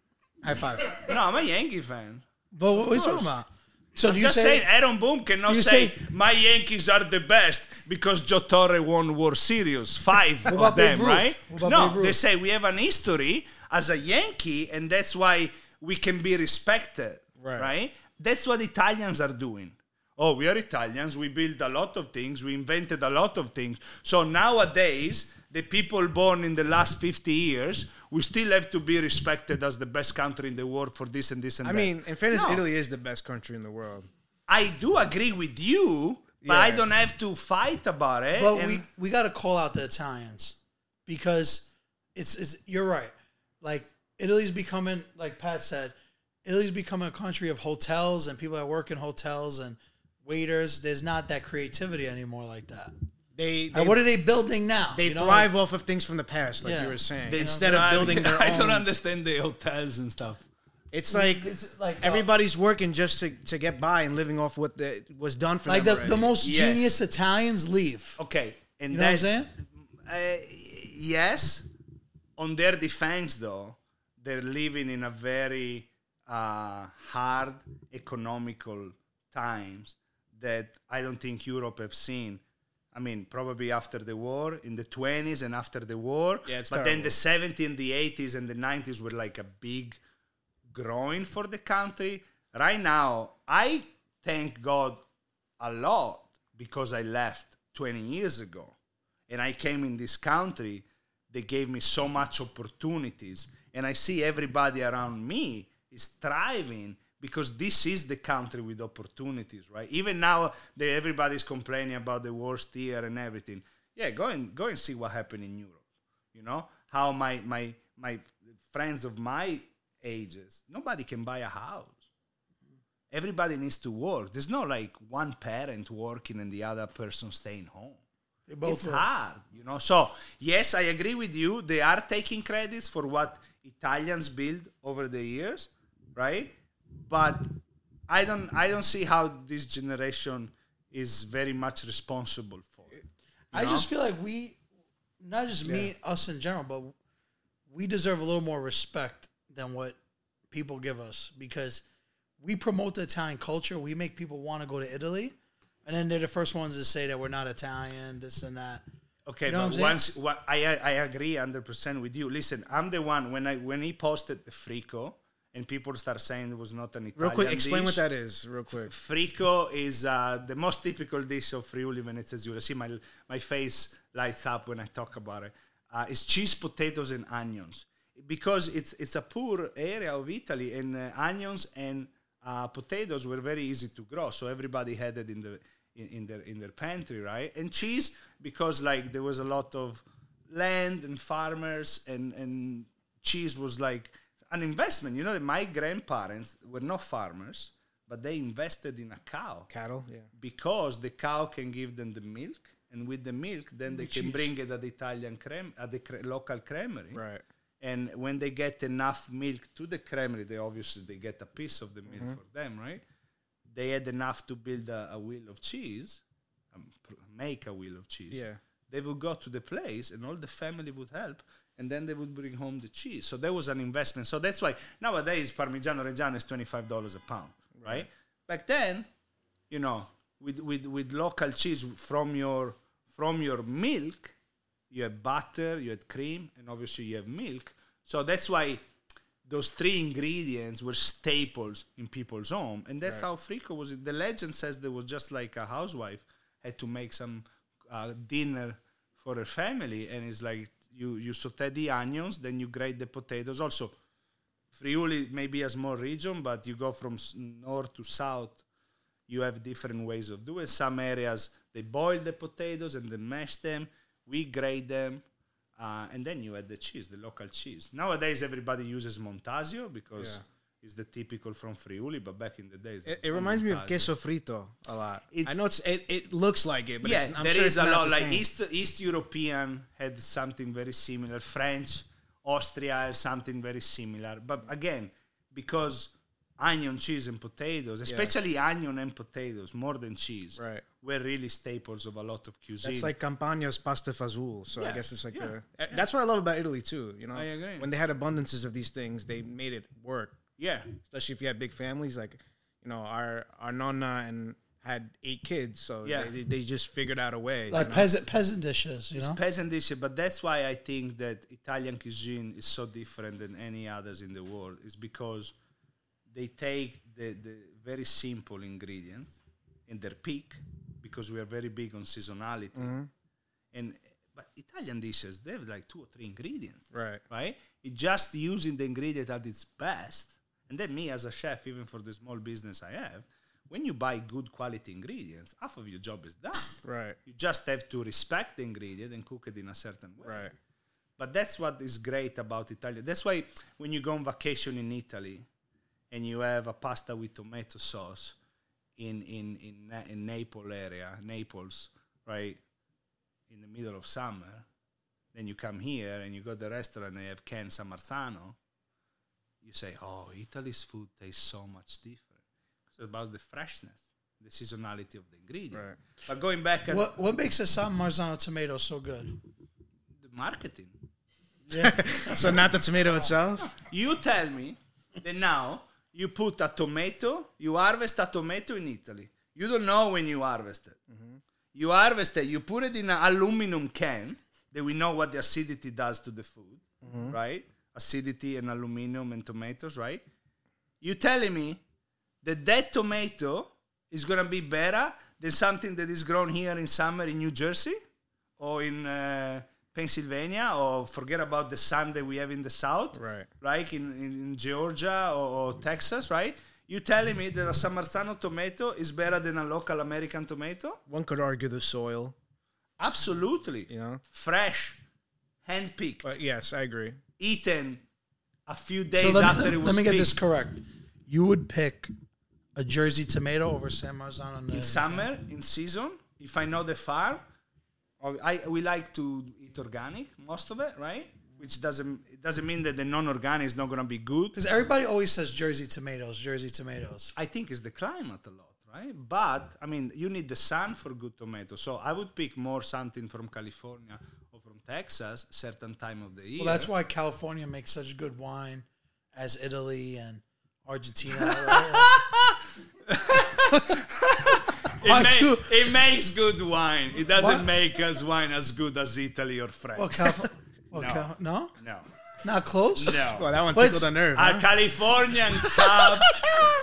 High five. No, I'm a Yankee fan. But what are you talking course. about? So do you Just say? saying, Aaron Boone cannot you say, say- my Yankees are the best because Joe Torre won World Series, five of about Babe them, Ruth? right? What about Babe No, Ruth? they say we have an history as a Yankee, and that's why we can be respected, right? Right. That's what Italians are doing. Oh, we are Italians. We built a lot of things. We invented a lot of things. So nowadays, the people born in the last 50 years, we still have to be respected as the best country in the world for this and this and I that. mean, in fairness, No. Italy is the best country in the world. I do agree with you, but I Yeah. don't have to fight about it. Well, and- we we got to call out the Italians because it's, it's you're right. Like Italy's becoming, like Pat said, Italy's becoming a country of hotels and people that work in hotels and waiters. There's not that creativity anymore like that. They they, And what are they building now? they You know, thrive off of things from the past, like Yeah. you were saying. They Instead don't of have- building their I don't own, understand the hotels and stuff. it's like like, it's like uh, everybody's working just to, to get by and living off what the, was done for like the, them. the already. most Yes. genius Italians leave. Okay, and You know what I'm that's- saying? Uh, yes, on their defense, though, they're living in a very uh, hard economical times that I don't think Europe have seen. I mean, probably after the war, in the 20s and after the war. Yeah, it's but then terrible. the 70s and the 80s and the 90s were like a big growing for the country. Right now, I thank God a lot because I left 20 years ago and I came in this country. They gave me so much opportunities, and I see everybody around me is thriving because this is the country with opportunities, right? Even now, they, everybody's complaining about the worst year and everything. Yeah, go and go and see what happened in Europe. You know how my my my friends of my ages, nobody can buy a house everybody needs to work. There's not like one parent working and the other person staying home. They both it's work. hard, you know. So yes, I agree with you. They are taking credits for what Italians build over the years, right? But I don't I don't see how this generation is very much responsible for it. I just feel like we, not just me, us in general, but we deserve a little more respect than what people give us because we promote the Italian culture. We make people want to go to Italy, and then they're the first ones to say that we're not Italian, this and that. Okay, You know what but I'm once what, I I I agree hundred percent with you. Listen, I'm the one when I when he posted the frico and people start saying it was not an Italian. real quick, explain what dish, that is, real quick. Frico is uh, the most typical dish of Friuli Venezia Giulia. See, my, my face lights up when I talk about it. Uh, it's cheese, potatoes, and onions because it's it's a poor area of Italy, and uh, onions and uh, potatoes were very easy to grow, so everybody had it in the in, in their in their pantry, right? And cheese because like there was a lot of land and farmers, and and cheese was like an investment. You know, that my grandparents were not farmers but they invested in a cow Cattle, yeah. because the cow can give them the milk, and with the milk, then they can bring it at the Italian crem at the cre- local creamery. Right. And when they get enough milk to the creamery, they obviously they get a piece of the milk for them, right? They had enough to build a, a wheel of cheese, um, pr- make a wheel of cheese. Yeah. They would go to the place, and all the family would help, and then they would bring home the cheese. So there was an investment. So that's why nowadays Parmigiano Reggiano is twenty five dollars a pound, right? Back then, you know, with, with, with local cheese from your from your milk, you have butter, you had cream, and obviously you have milk. So that's why those three ingredients were staples in people's home, and that's how Frico was. The legend says there was just like a housewife had to make some uh, dinner for her family, and it's like you you saute the onions, then you grate the potatoes. Also, Friuli may be a small region, but you go from s- north to south, you have different ways of doing. Some areas they boil the potatoes and then mash them. We grate them, uh, and then you add the cheese, the local cheese. Nowadays, everybody uses Montasio because it's the typical from Friuli, but back in the days, It, it reminds me of queso frito a lot. I It's- know it's, it, it looks like it, but yeah, it's, I'm there sure is it's a not lot. the Like same. East East European had something very similar. French, Austria have something very similar. But again, because onion, cheese, and potatoes, especially onion and potatoes, more than cheese, Right. were really staples of a lot of cuisine. That's like Campania's pasta fazool. So I Yeah, guess it's like yeah, the, eh, that's what I love about Italy too. You know, I agree. when they had abundances of these things, they made it work. yeah, Especially if you had big families, like you know, our our nonna and had eight kids, so Yeah. they, they just figured out a way. like peasant peasant dishes, you know. peasant dishes. But that's why I think that Italian cuisine is so different than any others in the world. Is because they take the, the very simple ingredients in their peak because we are very big on seasonality. Mm-hmm. And but Italian dishes they have like two or three ingredients. Right. Right? It just using the ingredient at its best. And then me as a chef, even for the small business I have, when you buy good quality ingredients, half of your job is done. right, You just have to respect the ingredient and cook it in a certain way. right. But that's what is great about Italian. That's why when you go on vacation in Italy and you have a pasta with tomato sauce in in in, Na- in Naples area, Naples, right, in the middle of summer, then you come here and you go to the restaurant and they have canned San Marzano. You say, "Oh, Italy's food tastes so much different." It's about the freshness, the seasonality of the ingredient. Right. But going back at What what makes a San Marzano tomato so good? the marketing, So not the tomato itself. You tell me that now you put a tomato, you harvest a tomato in Italy. You don't know when you harvest it. You harvest it, you put it in an aluminum can that we know what the acidity does to the food, right? Acidity and aluminum and tomatoes, right? You telling me that that tomato is gonna be better than something that is grown here in summer in New Jersey or in uh, Pennsylvania or forget about the sun that we have in the south, Right. Like in, in, in Georgia or, or Texas, right? You telling me that a Samarzano tomato is better than a local American tomato? One could argue the soil. Absolutely. You know? Fresh, hand picked, But yes, I agree. eaten a few So days let after me, it was let me get this picked. correct. You would pick a Jersey tomato over San Marzano. and in a- summer in season if i know the farm or I, we like to eat organic most of it right which doesn't it doesn't mean that the non-organic is not going to be good Because everybody always says Jersey tomatoes, Jersey tomatoes. i think it's the climate a lot right but i mean you need the sun for good tomato so i would pick more something from california or from texas certain time of the year Well, that's why California makes such good wine as Italy and Argentina. right? it, ma- you- it makes good wine it doesn't What? make us wine as good as italy or france well, Calif- well, no. No. no, no not close. no Well, that one But tickled it's- the nerve. a huh? Californian cab.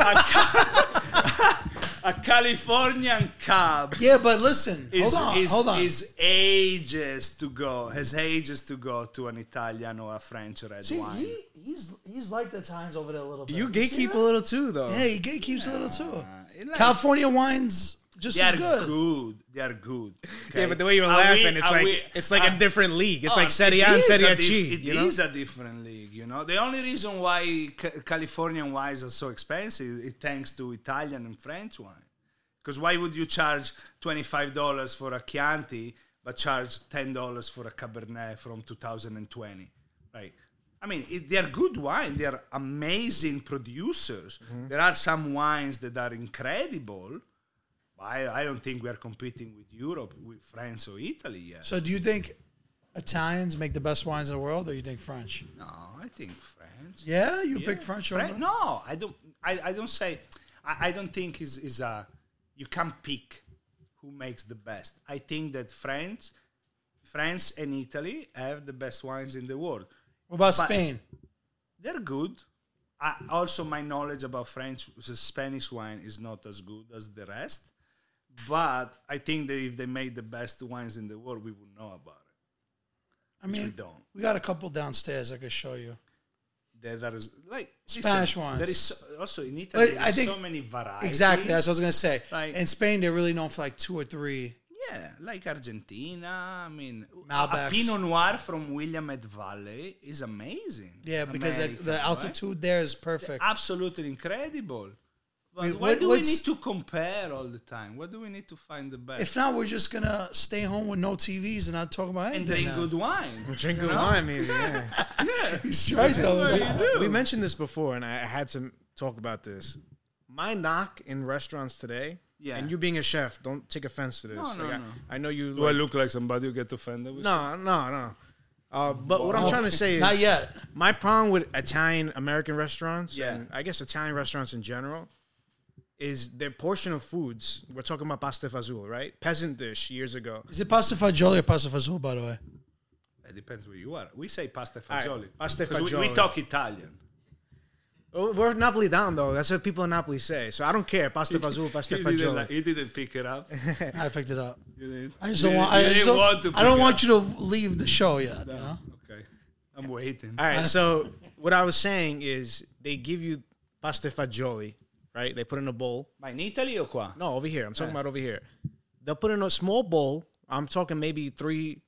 a, ca- a Californian cab Yeah, but listen, is, hold on, is, hold on. is ages to go, has ages to go to an Italian or a French red See, wine. he, he's he's like the times over there a little bit. You see gatekeep that? a little too, though. Yeah, he gatekeeps a little too. it like- California wines just they as are good. good. They are good. Yeah, okay? but the way you were Are we- laughing, it's are like we- it's like a are- different league. It's like Oh, Serie it A and is Serie a dif- C. It you know? is a different league, you know. The only reason why ca- Californian wines are so expensive is thanks to Italian and French wine. Because why would you charge twenty five dollars for a Chianti but charge ten dollars for a Cabernet from two thousand and twenty? Right. I mean, it, they are good wine. They are amazing producers. Mm-hmm. There are some wines that are incredible. But I, I don't think we are competing with Europe, with France or Italy yet. So, do you think Italians make the best wines in the world, or you think French? No, I think French. Yeah, you Yeah. pick French. Fran- over- No, I don't. I, I don't say. I, I don't think is is a. You can pick who makes the best. I think that France, France and Italy have the best wines in the world. What about But- Spain? They're good. I, also, my knowledge about French, Spanish wine is not as good as the rest. But I think that if they made the best wines in the world, we would know about it. I Which we mean, don't. we got a couple downstairs I could show you. There, there is like listen, Spanish wines. There is so, also in Italy. I there's think- so many varieties. Exactly, that's what I was gonna say. Like- In Spain, they're really known for like two or three. Yeah, like Argentina. I mean, a- Malbecs. a Pinot Noir from Willamette Valley is amazing. Yeah, because the, American, the right? altitude there is perfect. Absolutely incredible. But Wait, why what- do we what's- need to compare all the time? Why do we need to find the best? If not, we're just gonna stay home with no TVs and not talk about and anything. drink now. good wine. Drink you good know? wine, maybe. Yeah. He's right What though. do you do? We mentioned this before, and I I had to talk about this. My knock in restaurants today, Yeah. and you being a chef, don't take offense to this. No, no, I, no. I know you. do I Like, look like somebody who gets offended? With no, no, no. Uh, but what I'm trying to say is, Not yet. my problem with Italian American restaurants, Yeah. and I guess Italian restaurants in general, is their portion of foods. We're talking about pasta fazool, right? Peasant dish years ago. Is it pasta fagioli or pasta fazool? By the way, It depends where you are. We say pasta e right, fagioli. pasta e 'Cause we- We, fagioli. talk Italian. Oh, We're Napoli down though. That's what people in Napoli say. So I don't care. Pasta fazool, pasta e he, didn't, fagioli. like- he didn't pick it up. I picked it up. You didn't- I just you don't didn't- want. I, you just didn't don't, want to I don't pick want you to leave the show yet. You know? up. Okay, I'm waiting. All right. So what I was saying is they give you pasta fagioli, right? They put in a bowl. Ma in Italy o qua? No, over here. I'm talking about over here. They'll put in a small bowl. I'm talking maybe three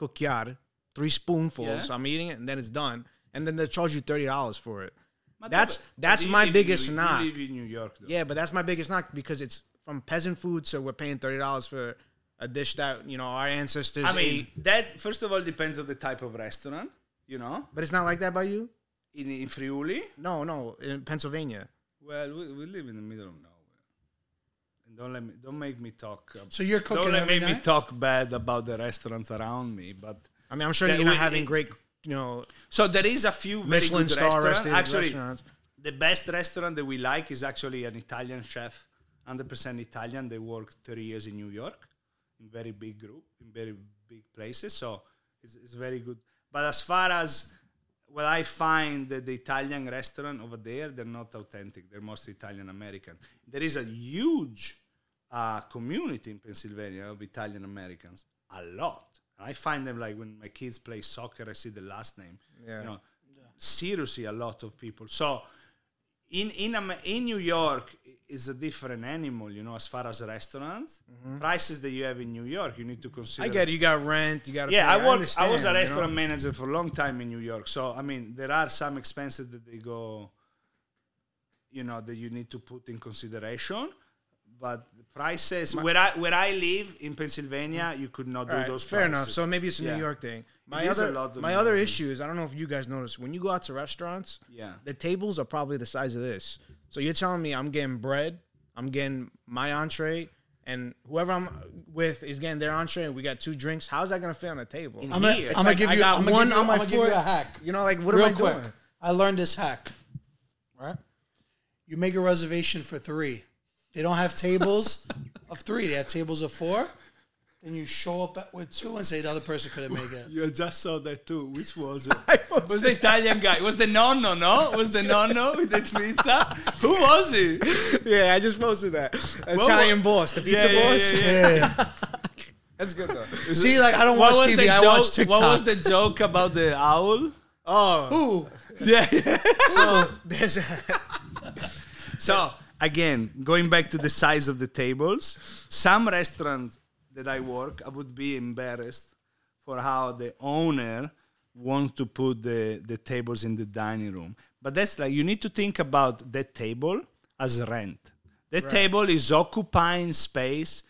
cucchiar, three spoonfuls. Yeah. I'm eating it, and then it's done. And then they charge you thirty dollars for it. Ma That's- dove- that's you my live in biggest New- knock. You live in New York, though. Yeah, but that's my biggest knock because it's from peasant food, so we're paying thirty dollars for a dish that you know our ancestors I mean, ate. that first of all depends on the type of restaurant. You know, But it's not like that by you. in, in Friuli, No, no, in Pennsylvania. well, we, we live in the middle of nowhere. And don't let me, don't make me talk. ab- So you're don't cooking let every make me night. talk bad about the restaurants around me. But I mean, I'm sure Yeah, you're not we- having it- great, you know, so there is a few very Michelin good star restaurants. restaurant, Actually, restaurants. the best restaurant that we like is actually an Italian chef, 100% Italian. They work 30 years in New York, in very big group, in very big places. So it's, it's very good. But as far as what I find that the Italian restaurant over there, they're not authentic. They're mostly Italian American. There is a huge uh, community in Pennsylvania of Italian Americans. A lot. I find them like when my kids play soccer, I see the last name. Yeah. You know, seriously, a lot of people. So in in Am- in New York i- is a different animal, you know, as far as restaurants. Prices that you have in New York, you need to consider. Mm-hmm. I get it. You got rent. You got Yeah, Pay. I was I, was a understand, you know? restaurant manager for a long time in New York, so I mean there are some expenses that they go, you know, that you need to put in consideration. But the prices where I where I live in Pennsylvania, you could not do All right, those. fair enough. prices. So maybe it's a Yeah. New York thing. My is other a lot of my New other York. issue is I don't know if you guys notice when you go out to restaurants, Yeah. the tables are probably the size of this. So you're telling me I'm getting bread, I'm getting my entree, and whoever I'm with is getting their entree, and we got two drinks. How's that gonna fit on the table? In I'm- I'm gonna, Here. I'm It's gonna like, give I you. got I'm gonna, one give, you, on my I'm gonna give you a fork. hack. You know, like what Real am I quick, doing? I learned this hack. Right, you make a reservation for three. They don't have tables of three. They have tables of four. Then you show up at- with two and say the other person couldn't make it. You just saw that too. Which was it? was the Italian guy? Was the nonno? No, was the nonno with the pizza? Who was he? yeah, I just posted that wa- Italian boss, the pizza yeah, boss. yeah, Yeah. That's good though. See, like I don't watch TV. I watch joke? What TikTok. was the joke about the owl? Oh, Ooh, Yeah. so there's a, so again, going back to the size of the tables, some restaurants that I work, I would be embarrassed for how the owner wants to put the, the tables in the dining room. But that's like you need to think about that table as rent. The table is occupying space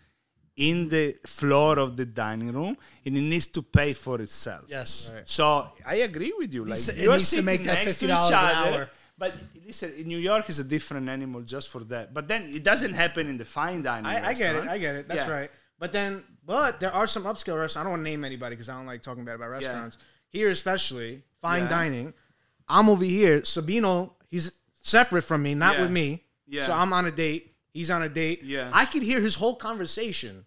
in the floor of the dining room and it needs to pay for itself. Yes. Right. So I agree with you. Like Needs to- it you're needs to sitting make that next to each $50 an other, hour. But listen, in New York is a different animal just for that. But then it doesn't happen in the fine dining. I, I get it. restaurant. I get it. That's Yeah. right. But then, but there are some upscale restaurants. I don't want to name anybody because I don't like talking bad about restaurants. Here, especially fine Yeah. dining. I'm over here. Sabino, he's separate from me, not Yeah. with me. Yeah. So I'm on a date. He's on a date. Yeah. Oh. I could hear his whole conversation.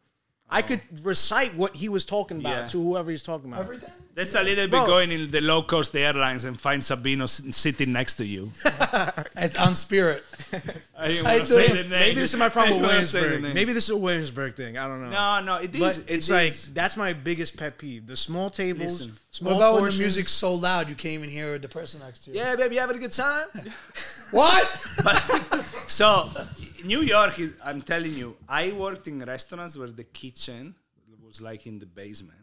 I could recite what he was talking about Yeah. to whoever he's talking about. Everything? That's a little bit Bro. going in the low cost airlines and find Sabino s- sitting next to you. It's on spirit. I didn't I want to say don't- the name. Maybe this is my I problem with didn't wanna say the Williamsburg. name. Maybe this is a Williamsburg thing. I don't know. no, no. It But is. it it's like is. that's my biggest pet peeve: the small tables, Listen. small What about when the portions. music's so loud you can't even hear the person next to you? Yeah, baby, you having a good time? What? So, New York is, I'm telling you, I worked in restaurants where the kitchen was like in the basement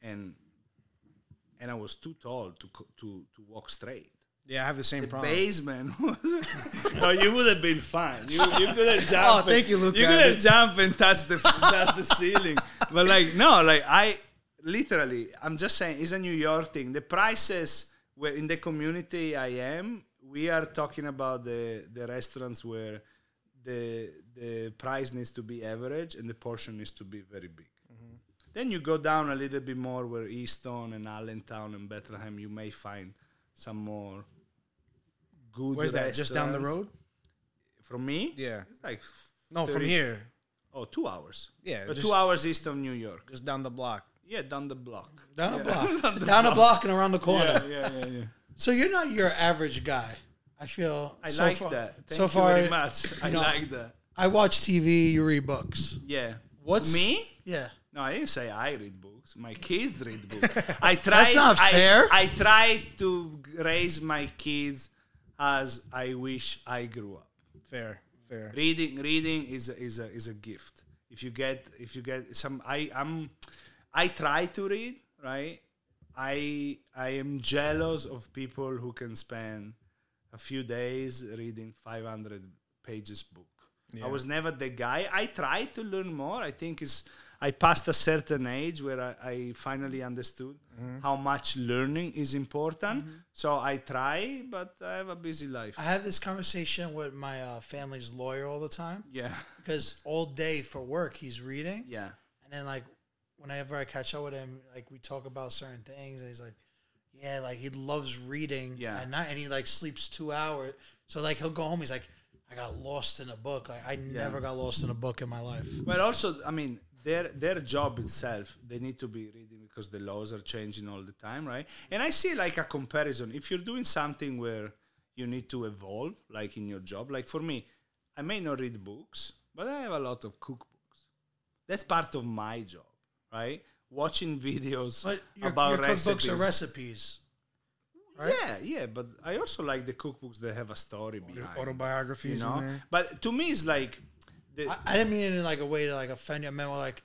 and and I was too tall to co- to, to walk straight. yeah, I have the same problem. Basement. no, you would have been fine. You, you could have jumped. and- Oh, thank you, Luca. You could have jumped and touched the, touched the ceiling. But, like, no, like, I literally, I'm just saying, it's a New York thing. The prices where in the community I am, we are talking about the, the restaurants where the, the price needs to be average and the portion needs to be very big. Then you go down a little bit more where Easton and Allentown and Bethlehem, you may find some more good Where's that? Just down the restaurants. road? From me? Yeah. It's like No, from 30 here, Oh, two hours. Yeah, But just- two hours east of New York. just down the block. Yeah, down the block. Down a block. Down a block and around the corner. Yeah, yeah, yeah, yeah. So you're not your average guy. I feel. I so like far- that. Thank so you far, very much. I No. like that. I watch TV. You read books. Yeah. What's- me? Yeah. No, I didn't say I read books. My kids read books. I try. not I, fair. I try to raise my kids as I wish I grew up. Fair, fair. reading reading is a, is a, is a gift if you get if you get some i i'm i try to read right i i am jealous of people who can spend a few days reading 500 pages book i was never the guy i try to learn more i think is i passed a certain age where i, I finally understood how much learning is important so i try but i have a busy life I have this conversation with my uh, family's lawyer all the time yeah because all day for work he's reading, yeah and then like whenever I catch up with him, like we talk about certain things, and he's like, "Yeah, like he loves reading Yeah. at night, and he like sleeps two hours. So like he'll go home, he's like." I got lost in a book. Like I never got lost in a book in my life. But also, I mean, their their job itself, they need to be reading because the laws are changing all the time, right? And I see like a comparison. If you're doing something where you need to evolve, like in your job, like for me, I may not read books, but I have a lot of cookbooks. That's part of my job, right? Watching videos But your, about your recipes. cookbooks are recipes. right? Yeah, yeah, but I also like the cookbooks that have a story behind. you Autobiographies, know, in there. but to me, it's like the, I, I didn't mean it in like a way to like offend you. I meant well, like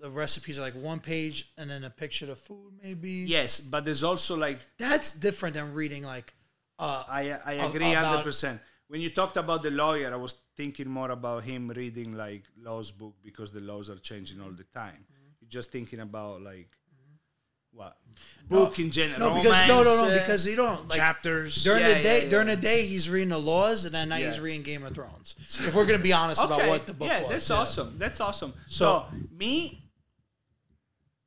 the recipes are like one page and then a picture of food maybe. yes, but there's also like That's different than reading like uh I I Ab- agree about- hundred percent. When you talked about the lawyer, I was thinking more about him reading like laws book because the laws are changing all the time. Mm-hmm. You're just thinking about like what book in general. no because no no romance, no uh, because you don't like chapters. during Yeah, the day yeah, during yeah. the day he's reading the laws and at night he's Yeah. reading Game of Thrones. If we're gonna be honest about what the book yeah, was. that's awesome. That's awesome. So- So, me,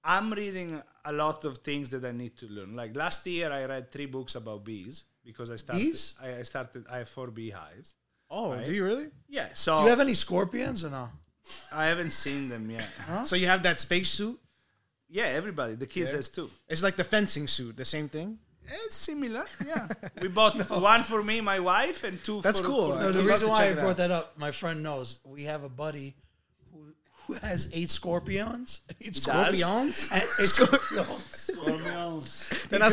I'm reading a lot of things that I need to learn. Like last year, I read three books about bees because I started. Bees? I, I started. I have four beehives. oh, do you really? Yeah, so Do you have any scorpions or no? I haven't seen them yet. So you have that space suit? Yeah, everybody. The kids has too. It's like the fencing suit, the same thing. It's similar, yeah. we bought one for me, my wife, and two That's for cool. for No, I'd the love reason to why I check it brought out. that up, my friend knows we have a buddy who, who has eight scorpions. Eight does? Scorpions? And eight scorpions. They're not scorpions. They're no,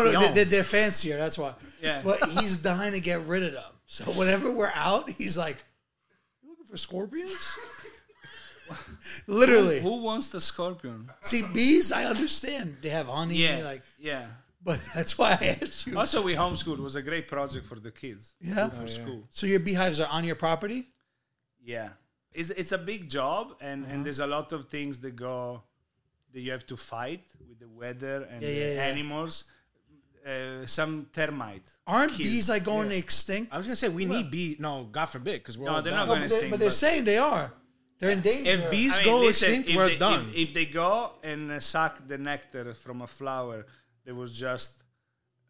scorpions. no, they're, they're fancier. That's why. Yeah. But he's dying to get rid of them. So whenever we're out, he's like, "You looking for scorpions?" Literally. Who wants the scorpion? See, bees, I understand they have honey. Yeah, Like, yeah. but that's why I asked you. Also, we homeschooled. It was a great project for the kids. Yeah. for school. So your beehives are on your property. Yeah, it's it's a big job, and and there's a lot of things that go that you have to fight with the weather and Yeah, the yeah, yeah. animals. Uh, some termite. Aren't Kids. bees like going extinct? I was gonna say we Well- need bee. No, God forbid, because we're No, all they're done. not No, but, gonna they, sting, but they're but- saying they are. They're in danger. If bees I mean, go listen, extinct, if we're they, if- done. If, they go and uh, suck the nectar from a flower that was just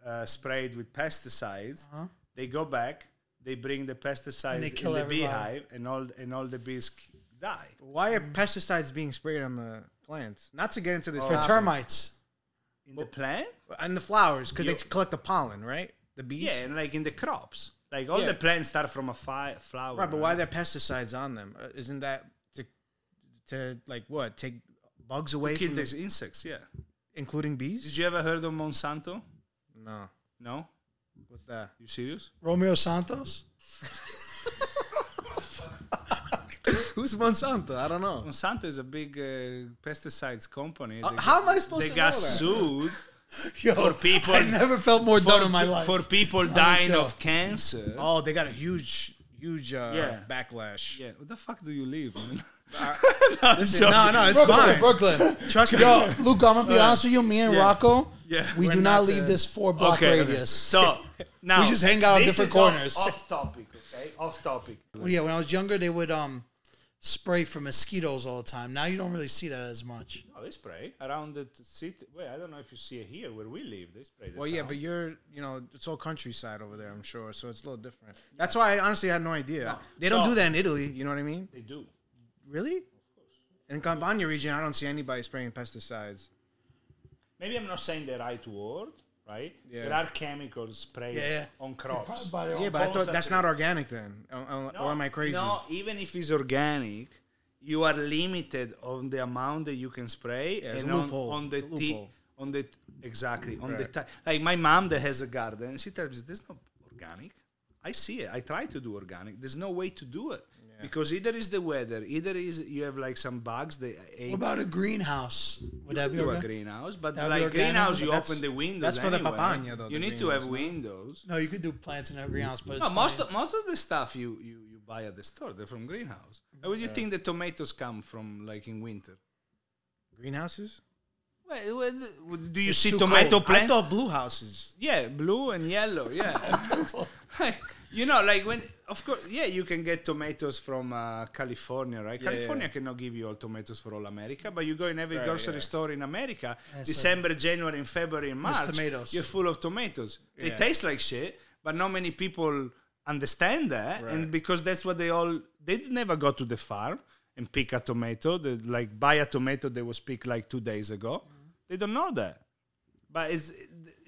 uh, sprayed with pesticides, Uh-huh. they go back. They bring the pesticides kill in the everybody. beehive, and all and all the bees k- die. Why are pesticides being sprayed on the plants? Not to get into this for topic. termites. In the plant? and the flowers because they You- collect the pollen, right? The bees. Yeah, and like in the crops. Like all Yeah. the plants start from a fi- flower. Right, but why are there pesticides on them? Uh, Isn't that to to like what take bugs away kill from these this, insects? Yeah. including bees? Did you ever heard of Monsanto? No, No. what's that? You serious? Romeo Santos. Who's Monsanto? I don't know. Monsanto is a big uh, pesticides company. They, Uh, How am I supposed they to got know sued that? Yo, For people- I never felt more for, dumb in my pe- life. for people dying sure. of cancer. Oh, they got a huge, huge uh, Yeah. backlash. Yeah, what the fuck do you live? man? Listen, joking. no, no, it's Brooklyn, fine. Brooklyn. Trust me. Yo, Luke, I'm gonna be Uh, honest with you. Me and yeah. Rocco, Yeah. we We're do not not, leave uh, this four block okay. radius. So now We just hang out in this different is off- corners. Off, topic, okay? Off topic. Well, yeah, when I was younger, they would um spray for mosquitoes all the time. Now you don't really see that as much. Oh, they spray around the t- city. Well, I don't know if you see it here where we live. They spray. The Well, yeah, town. but you're, you know, it's all countryside over there, I'm sure, so it's a little different. That's why I honestly had no idea. They don't So- do that in Italy, you know what I mean? they do. Really? In Campania region, I don't see anybody spraying pesticides. Maybe I'm not saying the right word, right? Yeah. There are chemicals sprayed Yeah, yeah. on crops. Yeah, but I thought that's not organic then. Or, or- or am I crazy? No, even if it's organic, you are limited on the amount that you can spray it's and a on, loophole. on the It's a ti- loophole. on the exactly on the Right. ti- like my mom that has a garden, she tells me there's no organic. I see it. I try to do organic. There's no way to do it because either is the weather, either is you have like some bugs. They What ate about a greenhouse? Would that be you a okay? greenhouse, but That'd be like organic, greenhouse, but you that's- open the windows. that's for the anyway. papaya, though, You the need to have greenhouse, windows. No, you could do plants in a greenhouse, but it's No, most funny. of, most of the stuff you, you, you buy at the store they're from greenhouse. Where do you think the tomatoes come from, like in winter? Greenhouses? Well, well, th- do you It's see too tomato cold. I plants? thought blue houses. Yeah, blue and yellow. Yeah, you know, like when of course, yeah, you can get tomatoes from uh, California, right? Yeah, California yeah. cannot give you all tomatoes for all America, but you go in every Right, grocery yeah. store in America, Yes, sir. December, January, and February, and There's March, tomatoes. you're full of tomatoes. They Yeah. taste like shit, but not many people understand that, and Right. because that's what they all they never go to the farm and pick a tomato. They like buy a tomato that was picked like two days ago. Mm-hmm. They don't know that. But it's,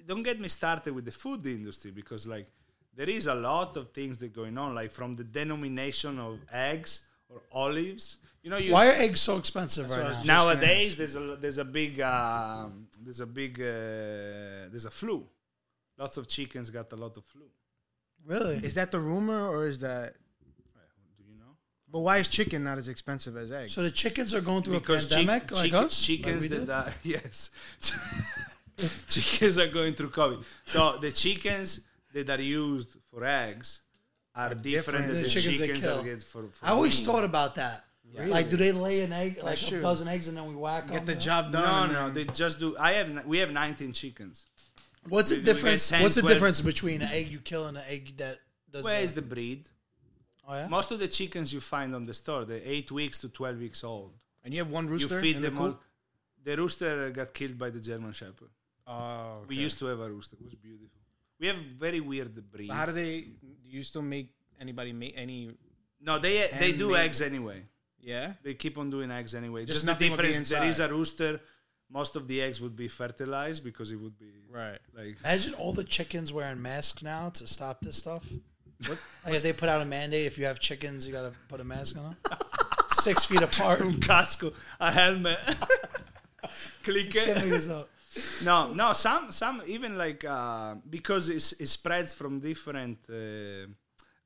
don't get me started with the food industry because like there is a lot of things that going on, like from the denomination of eggs or olives. You know, you Why are eggs so expensive right now? nowadays there's a there's a big um, there's a big uh, there's a flu. Lots of chickens got a lot of flu. Really? Is that the rumor or is that. Do you know? But why is chicken not as expensive as eggs? So the chickens are going through because a chick- pandemic like chick- us. chickens like that we do? die, yes chickens are going through covid so the chickens that are used for eggs are different, different. than The the chickens chickens, they that kill. are get for, for I always meat. thought about that. Like, do they lay an egg, like a true. dozen eggs, and then we whack Get them? the job done. no and no then- they just do i have ni- we have 19 chickens What's the We- we get difference? 10, What's the 12. difference between an egg you kill and an egg that does? where is the breed Oh, yeah? most of the chickens you find on the store they're 8 weeks to 12 weeks old and you have one you rooster. feed in them the all coop? the rooster got killed by the german shepherd Oh, we okay. used to have a rooster it was beautiful we have very weird breeds But how do they? Do you still make anybody make any? No, they they do Handmade. eggs anyway. Yeah. They keep on doing eggs anyway. Just Just, the nothing would be difference there is a inside. rooster. Most of the eggs would be fertilized because it would be Right. like Imagine all the chickens wearing masks now to stop this stuff. Like if they put out a mandate, if you have chickens, you gotta put a mask on them. Six feet apart. casco, a helmet. Click Can't it. make this up. No, no. Some some even like uh, because it's, it spreads from different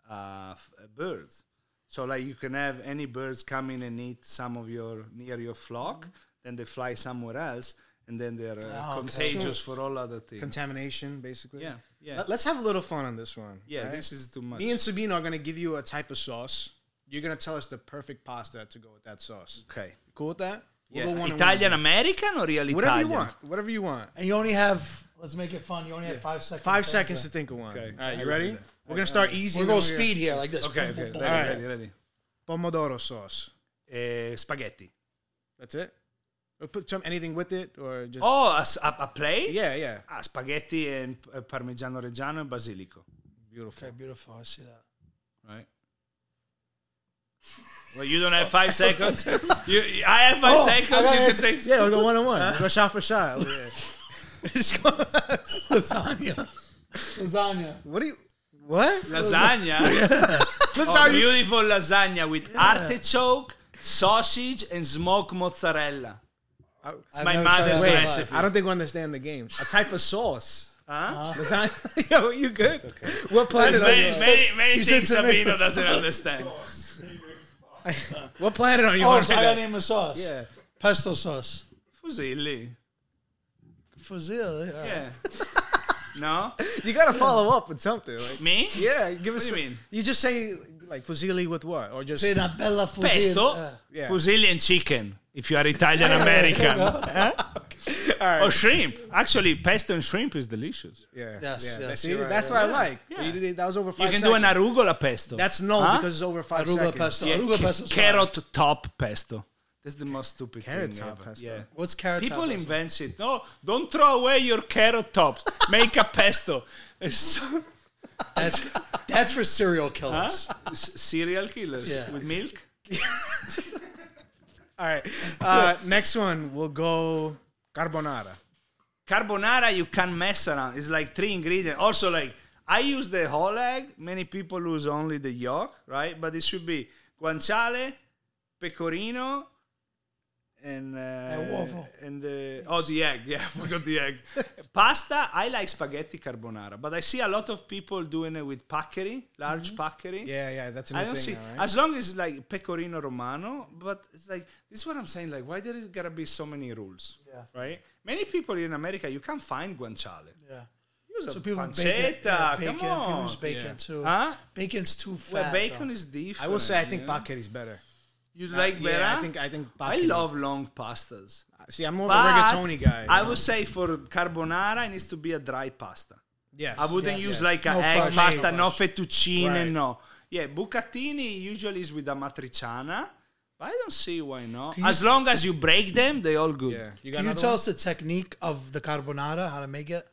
uh, uh, f- birds. So like you can have any birds come in and eat some of your near your flock, then they fly somewhere else, and then they're uh, Ah, okay. contagious for all other things. Contamination, basically. Yeah, yeah. Let, us have a little fun on this one. yeah, right? this is too much. Me and Sabino are gonna give you a type of sauce. You're gonna tell us the perfect pasta to go with that sauce. Okay. Cool with that? We'll Yeah. go one and one. Italian American or real Whatever Italian? you want. Whatever you want. And you only have. Let's make it fun. You only have five seconds. Five to seconds to answer. think of one. Okay. All right, I you like ready? that. We're gonna start easy. We're then going we're gonna- speed here like this. Okay, Boom, okay. boom, boom. Ready, Alright. ready, ready. Pomodoro sauce. Eh, spaghetti. That's it. Or put some anything with it, or just Oh, a, s- a- a plate? yeah, yeah. Ah, spaghetti and uh, parmigiano reggiano and basilico. Beautiful. Okay, beautiful. I see that. Right. Well, you don't have five seconds. You, I have five Oh, I seconds. gotta You can answer- take. Yeah, we'll go one on one. Go shot for shot. Oh, yeah. Let's go. Lasagna. Lasagna. what do you? What? Lasagna, Let's Oh, beautiful lasagna with artichoke, sausage, and smoked mozzarella. I, It's my never tried mother's that in my recipe. life. I don't think we understand the game. A type of sauce. Huh? Lasagna. Yo, you good? What planet? Are you, Many, many, many You said things Sabino tomatoes. doesn't understand. what planet are you Oh, on? so I gotta name a sauce. Yeah. Pesto sauce. Fusilli. Fusil. Yeah. Eh. Yeah. No? You gotta follow up with something. Like, Me? yeah, give do us. you a- mean? You just say like fusilli with what, or just Say una bella fusil. Pesto, Yeah. eh. Yeah. fusilli and chicken, if you are Italian American. Or shrimp. Actually, pesto and shrimp is delicious. yeah, Oh, Yes, yeah. yes, See, you're right, that's yeah. what I like. You did- that was over You five. can do an seconds. arugula pesto. That's no Huh? because it's over five Arugula seconds. pesto. Yeah, Arugula ca- pesto sauce. carrot top pesto. That's the most stupid Carrot thing top ever. pesto. Yeah. What's carrot top People pesto? invent shit. No, don't throw away your carrot tops. Make a pesto. It's so- That's that's for serial killers. S- Serial killers Yeah. with milk. All right. Uh, next one, we'll go carbonara. Carbonara, you can mess around. It's like three ingredients. Also, like I use the whole egg. Many people use only the yolk, right? But it should be guanciale, pecorino, and uh, And waffle. and the oh the egg. Yeah, I forgot the egg. Pasta. I like spaghetti carbonara, but I see a lot of people doing it with paccheri, large paccheri. Yeah, yeah, that's a I new don't thing. see now, right? as long as like pecorino romano, but it's like this is what I'm saying. Like, why there is gotta be so many rules? Yeah. Right? Many people in America you can't find guanciale. Yeah. Use So a people pancetta. bake it. Yeah, come bacon. People on. use bacon too. Huh? Bacon's too fat. Well, bacon though. is different. I will say I think you know? paccheri is better. you like better. Yeah, I think I think I paccheri. love long pastas. See, I'm more of a But rigatoni guy. I would say for carbonara, it needs to be a dry pasta. Yes. I wouldn't Yes, use yes. like a No egg fudge. pasta, No no fettuccine, Right. no. Yeah, bucatini usually is with amatriciana, but I don't see why not. you- As long as you break them, they all good. Yeah. You got Can you another tell one? us the technique of the carbonara? How to make it?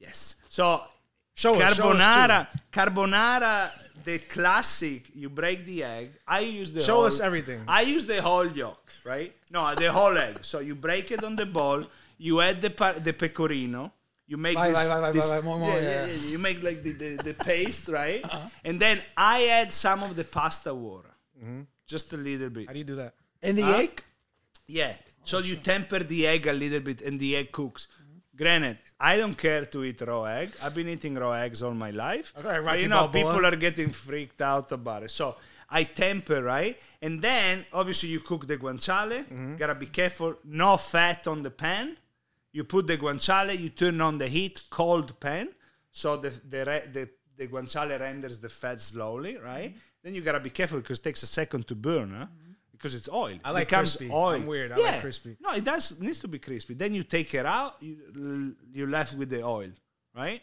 Yes. So Show us, show us carbonara, carbonara, the classic. You break the egg. I use the Show whole- us everything. I use the whole yolk, right? No, the whole egg. So you break it on the bowl. You add the pa- the pecorino. You make Vai, this, vai, vai, vai, this- vai, more, more, yeah, yeah. Uh-huh. yeah, yeah. You make like the, the, the paste, right? And then I add some of the pasta water, Mm-hmm. just a little bit. How do you do that? In the egg? Yeah. So you temper the egg a little bit and the egg cooks. Granted, I don't care to eat raw egg. I've been eating raw eggs all my life. Okay, But, Rocky you know, Balboa. people are getting freaked out about it. So I temper, right? And then obviously you cook the guanciale. Gotta be careful. No fat on the pan. You put the guanciale, you turn on the heat, cold pan. So the the re- the, the guanciale renders the fat slowly, right? Then you gotta be careful because it takes a second to burn, huh? Because it's oil. I like Becomes crispy. Oil. I'm weird. I like crispy. No, it does needs to be crispy. Then you take it out. You, you're left with the oil, right?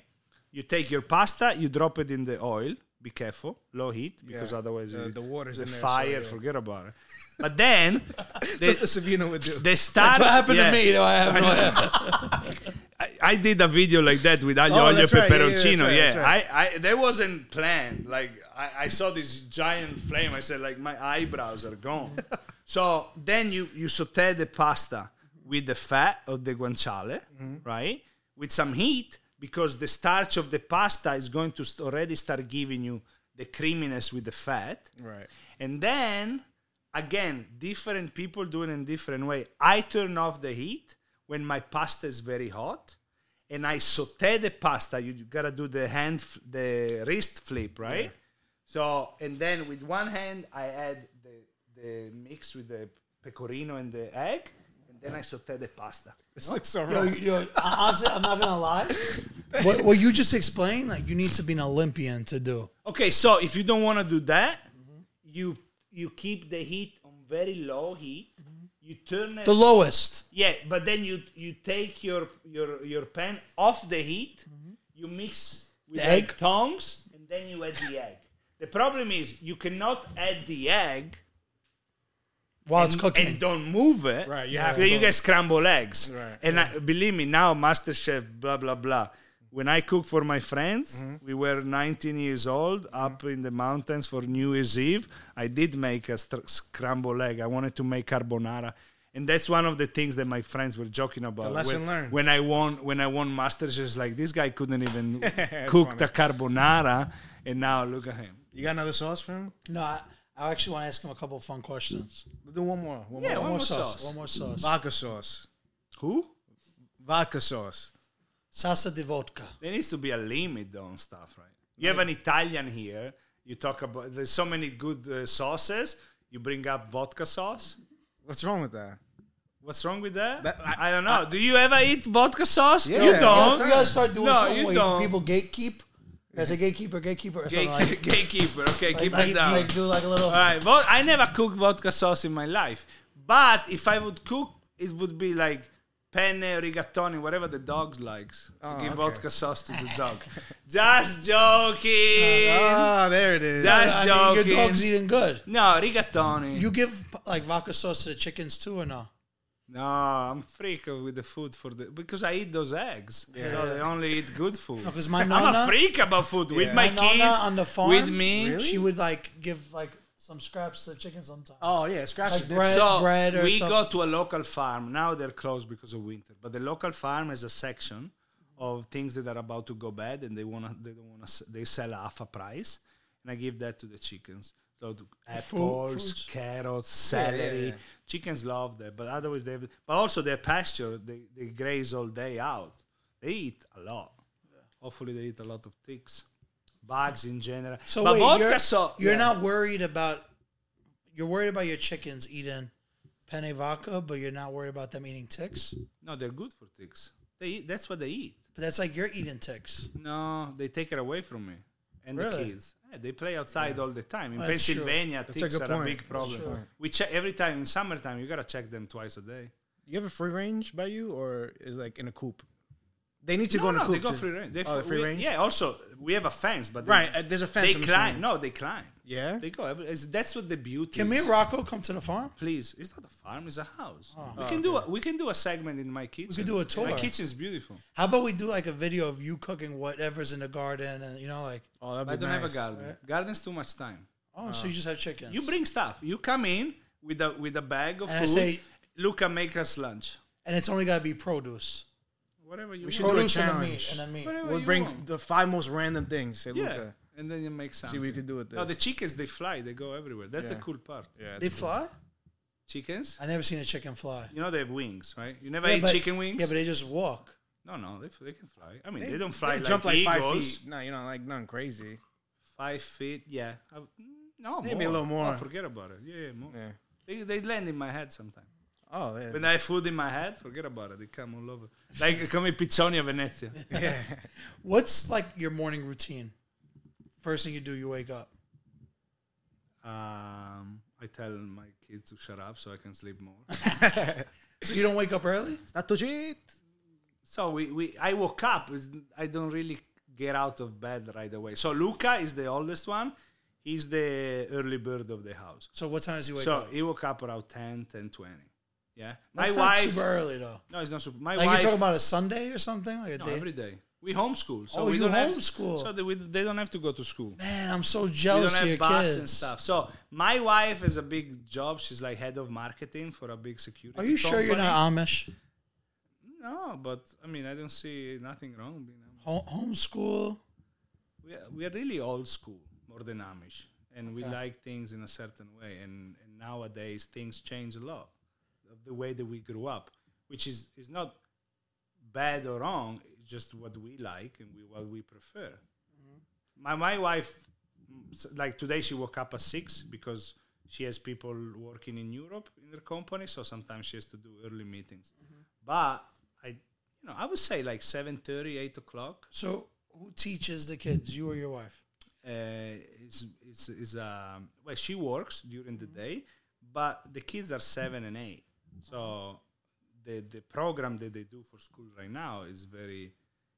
You take your pasta. You drop it in the oil. Be careful, low heat, because Yeah. otherwise The- you- the water's the in there, so fire. yeah. Forget about it. But then That's what the the, Sabino would do. the start. What happened yeah. to me? No, I have no idea. I, I did a video like that with aglio Oh, olio e that's right. Yeah, yeah, that's peperoncino. Yeah, right, that's right. I, I that wasn't planned. Like I, I saw this giant flame. I said, like my eyebrows are gone. so then you you saute the pasta with the fat of the guanciale, Mm-hmm. right? With some heat because the starch of the pasta is going to st- already start giving you the creaminess with the fat. Right. And then again, different people do it in different way. I turn off the heat when my pasta is very hot, and I saute the pasta. You gotta do the hand, f- the wrist flip, right? So, and then with one hand, I add the the mix with the pecorino and the egg, and then I saute the pasta. This looks so Yo, wrong. yo, honestly, I'm not gonna lie. What, what you just explained, like you need to be an Olympian to do. Okay, so if you don't want to do that, you you keep the heat on very low heat. You turn it The lowest. Yeah, but then you you take your your your pan off the heat, you mix with The egg. egg? tongs, and then you add the egg. The problem is you cannot add the egg While Oh, it's and, cooking. and don't move it. Right, you have then to you go- get scrambled eggs. Right, And I, believe me, now MasterChef, blah blah blah. when I cook for my friends, Mm-hmm. we were 19 years old up in the mountains for New Year's Eve. I did make a str- scrambled egg. I wanted to make carbonara. And that's one of the things that my friends were joking about. lesson when, learned. When I won, when I won Masters, it's like this guy couldn't even cook the carbonara, and now look at him. You got another sauce for him? No, I, I actually want to ask him a couple of fun questions. We'll do one more. One Yeah, more. one more sauce. One more sauce. Vodka sauce. Who? Vodka sauce. Salsa di vodka. There needs to be a limit on stuff, right? You have an Italian here. You talk about there's so many good uh, sauces. You bring up vodka sauce. What's wrong with that? What's wrong with that? That- I, don't know. Do you ever eat vodka sauce? Yeah. you Yeah. You don't. gotta- you gotta start doing No, something you where don't. people gatekeep. As a gatekeeper, gatekeeper, or something Gate- like, gatekeeper. Okay, keep like, it down. like do like a little. All right. Vo- I never cooked vodka sauce in my life, but if I would cook, it would be like penne, rigatoni, whatever the dog likes. Give Oh, okay. vodka sauce to the dog. Just joking. Ah, Oh, there it is. That- That's I mean, joking. your dog's eating good. No, rigatoni. You give like vodka sauce to the chickens too, or no? No, I'm freak with the food for the because I eat those eggs. You know, they only eat good food. 'cause my I'm a nonna- freak about food with my My nonna kids, on the farm- with me. Really? She would like give like some scraps to the chickens sometimes. oh, yeah. Scratch Like the bread. So or we stuff. go to a local farm. Now they're closed because of winter, but the local farm has a section of things that are about to go bad, and they wanna they don't wanna s- they sell half a price, and I give that to the chickens. So to apples, foods. carrots, Yeah, yeah, celery. yeah. Chickens love that, but otherwise they. have- But also their pasture, they, they graze all day out. They eat a lot. Hopefully they eat a lot of ticks, bugs in general. So but wait, vodka you're, sau- you're yeah. not worried about you're worried about your chickens eating penne vodka, but you're not worried about them eating ticks. No, they're good for ticks. They eat, that's what they eat. But that's like you're eating ticks. No, they take it away from me and the Really? kids. Yeah, they play outside all the time. In Well, that's true. Pennsylvania, a ticks good are a point. big That's problem. true. We check every time in summertime. You gotta check them twice a day. You have a free range by you, or is like in a coop? They need to no, go in a no, coop. they go to- free range. They oh, fr- free we- range. Yeah. Also, we have a fence, but they, Right, uh, there's a fence, They I'm climb. assuming. No, they climb. Yeah? They go. every- it's- That's what the beauty. Can me is. and Rocco come to the farm? Please, it's not a farm. It's a house. Oh. We can do. A, we can do a segment in my kitchen. could do a My tour. kitchen's beautiful. How about we do like a video of you cooking whatever's in the garden, and you know, like Oh, that'd I don't have a nice. garden. Garden's too much time. oh, so you just have chickens. Uh, You bring stuff. You come in with a with a bag of And I food. say- Luca, make us lunch. and it's only gotta be produce, Whatever you We should do a produce and a meat, challenge. and a meat. Whatever We'll you bring want. the five most random things. Say, yeah, Luca. and then you make something. what you can do with No, the this. chickens they fly. They go everywhere. That's the Yeah. cool part. Yeah. They fly? Chickens. I never seen a chicken fly. You know they have wings, right? You never Yeah, ate but- chicken wings. Yeah, but they just walk. no, no, they, f- they can fly. I mean, they, don't fly like jump like five eagles. feet. No, you know, like nothing crazy. Five feet. Yeah. I- mm, no, Maybe a little more. Oh, forget about it. Yeah, yeah, more. Yeah. They, they land in my head sometimes. Oh, yeah. When I have food in my head, forget about it. They come all over. Like come in Pizzonia, Venezia. What's like your morning routine? First thing you do, you wake up. Um, I tell my kids to shut up so I can sleep more. So you don't wake up early? Not to cheat. so we, we I woke up. It's- I don't really get out of bed right away. So Luca is the oldest one. He's the early bird of the house. So what time does you wake so up? he woke up around 10, 10, 20. Yeah. That's my not wife. super early though. No, it's not super. My Like wife. you're talking about a Sunday or something, like a no, day. every day. We homeschool. So Oh, we you don't have- homeschool. so they, we, they don't have to go to school. Man, I'm so We jealous don't of your have bus kids. and stuff. So my wife has a big job. She's like head of marketing for a big security. Are you sure you're company. not Amish? No, but I mean, I don't see nothing wrong. Being Amish. Home, homeschool. We are, we are really old school, more than Amish, and we like things in a certain way. And, and nowadays, things change a lot of the way that we grew up, which is is not bad or wrong. It's just what we like and we, what we prefer. My my wife, mm, s- like today, she woke up at six because she has people working in Europe in her company, so sometimes she has to do early meetings. But I, you know, I would say like 7.30, 8 o'clock So who teaches the kids? You or your wife? uh, is is is um well she works during the Mm-hmm. day, but the kids are seven and eight, so the the program that they do for school right now is very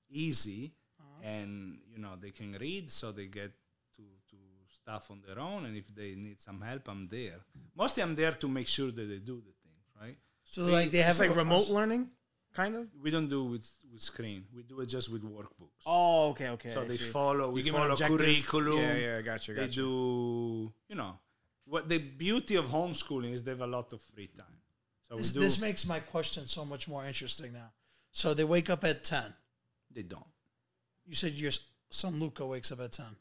easy, Uh-huh. and you know they can read, so they get to to stuff on their own, and if they need some help, I'm there. Mostly, I'm there to make sure that they do the things right. So like they have It's like a- remote learning. kind of. We don't do with with screen. We do it just with workbooks. Oh, okay, okay. so I they see. follow. You We give 'em an follow objective. curriculum. Yeah, yeah, gotcha, They gotcha. do. You know, what the beauty of homeschooling is they have a lot of free time. So This, we do. this makes my question so much more interesting now. So they wake up at ten. they don't. You said your s- son Luca wakes up at ten.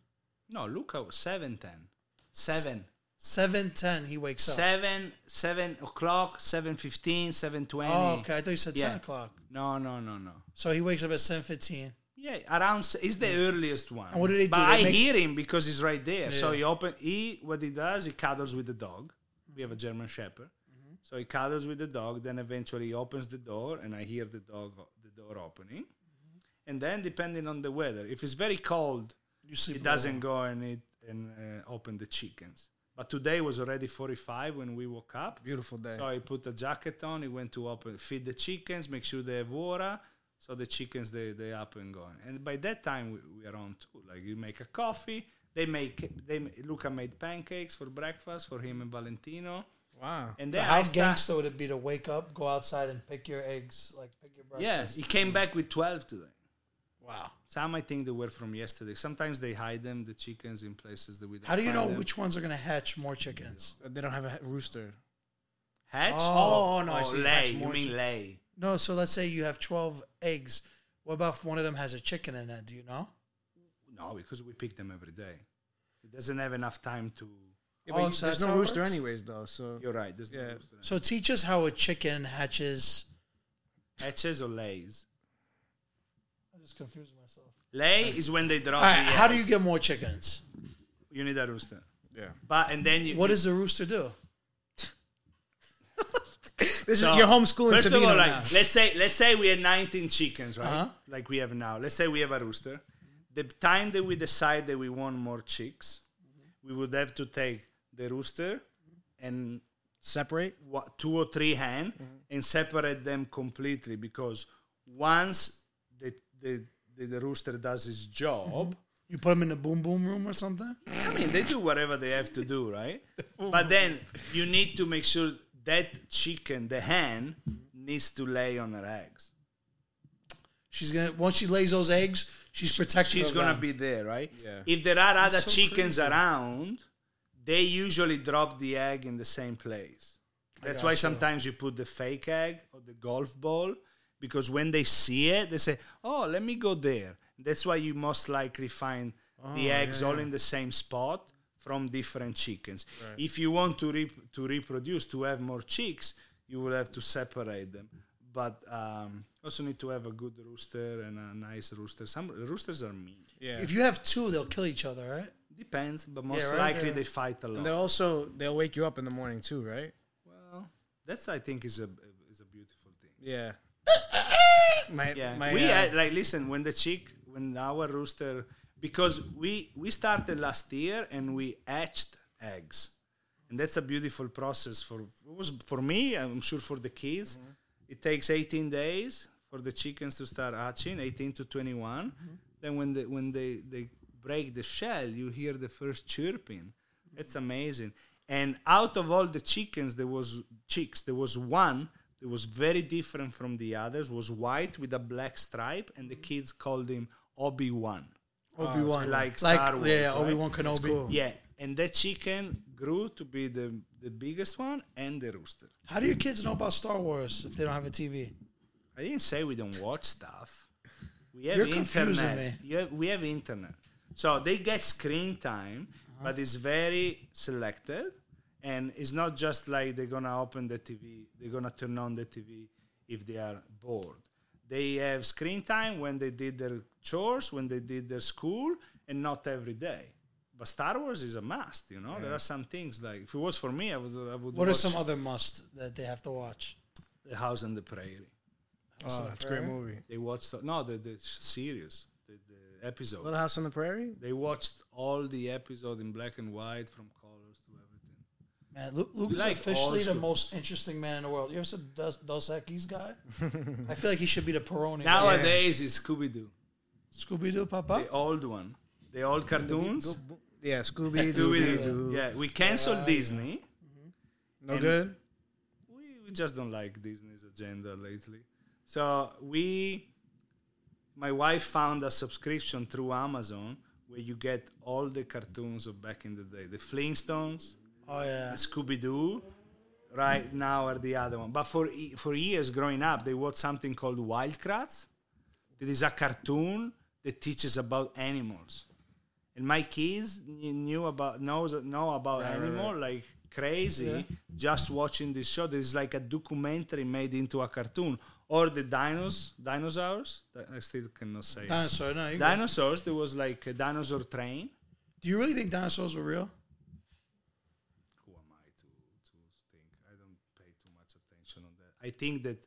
No, Luca was seven ten. Seven. Seven ten, he wakes up. Seven, seven o'clock, seven fifteen, seven twenty. Oh, okay. I thought you said ten Yeah. o'clock. No, no, no, no. So he wakes up at seven fifteen. Yeah, around s- is the earliest one. And what do they do? but They I make- hear him because he's right there. So Yeah. he open he what he does he cuddles with the dog. We have a German Shepherd, Mm-hmm. so he cuddles with the dog. Then eventually he opens the door, and I hear the dog o- the door opening. And then depending on the weather, if it's very cold, Mm-hmm. You sleep. he doesn't go and eat and uh, open the chickens. But today was already 45 when we woke up. Beautiful day. So I put a jacket on. He went to open, feed the chickens, make sure they have water. So the chickens they they up and going. And by that time we, we are on too. Like you make a coffee. They make they ma- Luca made pancakes for breakfast for him and Valentino. wow. And But then how I start, gangster would it be to wake up, go outside, and pick your eggs, like pick your yeah, breakfast? he came back with 12 today. Wow. Some I think they were from yesterday. Sometimes they hide them the chickens in places that we. Don't How do you find know them. which ones are gonna hatch more chickens? They don't have a rooster. hatch? Oh, no, I or see. lay. Hatch You more mean chick- lay? No, so let's say you have twelve eggs. What about if one of them has a chicken in it? Do you know? No, because we pick them every day. It doesn't have enough time to. Yeah, Oh, but you- so there's that's no how it rooster works? anyways, though. So You're right. There's Yeah. no rooster. So teach us how a chicken hatches. Hatches or lays? I'm just confusing myself. Lay is when they drop. All right, the how egg. do you get more chickens? You need a rooster. yeah, But and then you. What does the rooster do? this so- is your homeschooling. First of all, Sabino like now. let's say let's say we have 19 chickens, right? Uh-huh. Like we have now. Let's say we have a rooster. The time that we decide that we want more chicks, we would have to take the rooster and separate. wa- two or three hen Mm-hmm. and separate them completely because once the the, the, the rooster does his job. You put them in the boom boom room or something? I mean, they do whatever they have to do, right? but then you need to make sure that chicken, the hen, needs to lay on her eggs. She's gonna once she lays those eggs, she's protected. She's of gonna them. be there, right? Yeah. If there are other so chickens around, they usually drop the egg in the same place. That's why sometimes you put the fake egg or the golf ball because when they see it, they say, "Oh, let me go there." That's why you most likely find Oh, the eggs all in the same spot from different chickens. If you want to re- to reproduce to have more chicks, you will have to separate them. But um, also need to have a good rooster and a nice rooster. Some roosters are mean. Yeah, If you have two, they'll kill each other, right? Depends, but most right, likely yeah. they fight a lot. and they're also they'll wake you up in the morning too, right? well, that's I think is a is a beautiful thing. Yeah. my Yeah, my we uh, had, like listen when the chick when our rooster because we we started last year and we hatched eggs, and that's a beautiful process for it was for me I'm sure for the kids. Mm-hmm. It takes 18 days for the chickens to start hatching, 18 to 21. Mm-hmm. Then when they when they they break the shell, you hear the first chirping. It's amazing. And out of all the chickens, there was chicks. There was one that was very different from the others. Was white with a black stripe, and the kids called him Obi Wan. Obi Wan, Uh, like Star Wars, yeah, right? Obi Wan Kenobi. Yeah, and that chicken grew to be the the biggest one and the rooster. How do your kids know about Star Wars if they don't have a TV? I didn't say we don't watch stuff. We have You're confusing internet. You have, we have internet. So they get screen time, Uh-huh. but it's very selected. And it's not just like they're going to open the TV, they're going to turn on the TV if they are bored. They have screen time when they did their chores, when they did their school, and not every day. But Star Wars is a must, you know. There are some things like if it was for me, I would I would What are watch some other must that they have to watch? The House on the Prairie. oh, that's a great movie. They watched no the the series, the, the episode. Little House on the Prairie. they watched all the episode in black and white from colors to everything. Man, Lu- Luke is like officially old the school. most interesting man in the world. You ever said Dos, Dos Equis guy? I feel like he should be the Peroni. Nowadays it's Scooby Doo, Scooby Doo, Papa. the old one, the old cartoons. Yeah, Scooby Scooby Doo. Doo. Yeah, we canceled Disney. No good. We, we just don't like Disney's agenda lately. So we, my wife found a subscription through Amazon where you get all the cartoons of back in the day, the Flintstones, Oh yeah. Scooby Doo. Right now are the other one, but for e- for years growing up, they watched something called Wildcrats. That is a cartoon that teaches about animals, and my kids kn- knew about knows know about animal like crazy just watching this show. This is like a documentary made into a cartoon, or the dinos dinosaurs. Di- I still cannot say it. Dinosaur. No. You dinosaurs. There was like a dinosaur train. Do you really think dinosaurs were real? who am I to, to think? I don't pay too much attention on that. I think that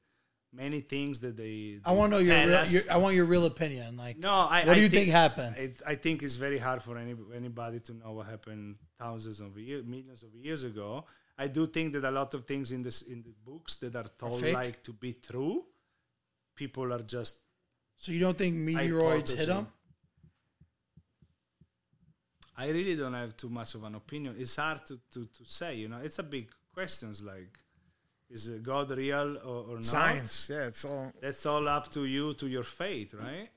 many things that they, I want to know your, tell real, us- your. I want your real opinion. Like, no, I, what I do you think, happened? It, I think it's very hard for any, anybody to know what happened thousands of years, millions of years ago. I do think that a lot of things in this in the books that are told fake? like to be true, people are just so you don't think meteoroids hit hypothesizing. them? I really don't have too much of an opinion. It's hard to, to, to say, you know. It's a big questions like, is uh, God real or, or not? Science. Yeah, it's all. That's all up to you, to your faith, right?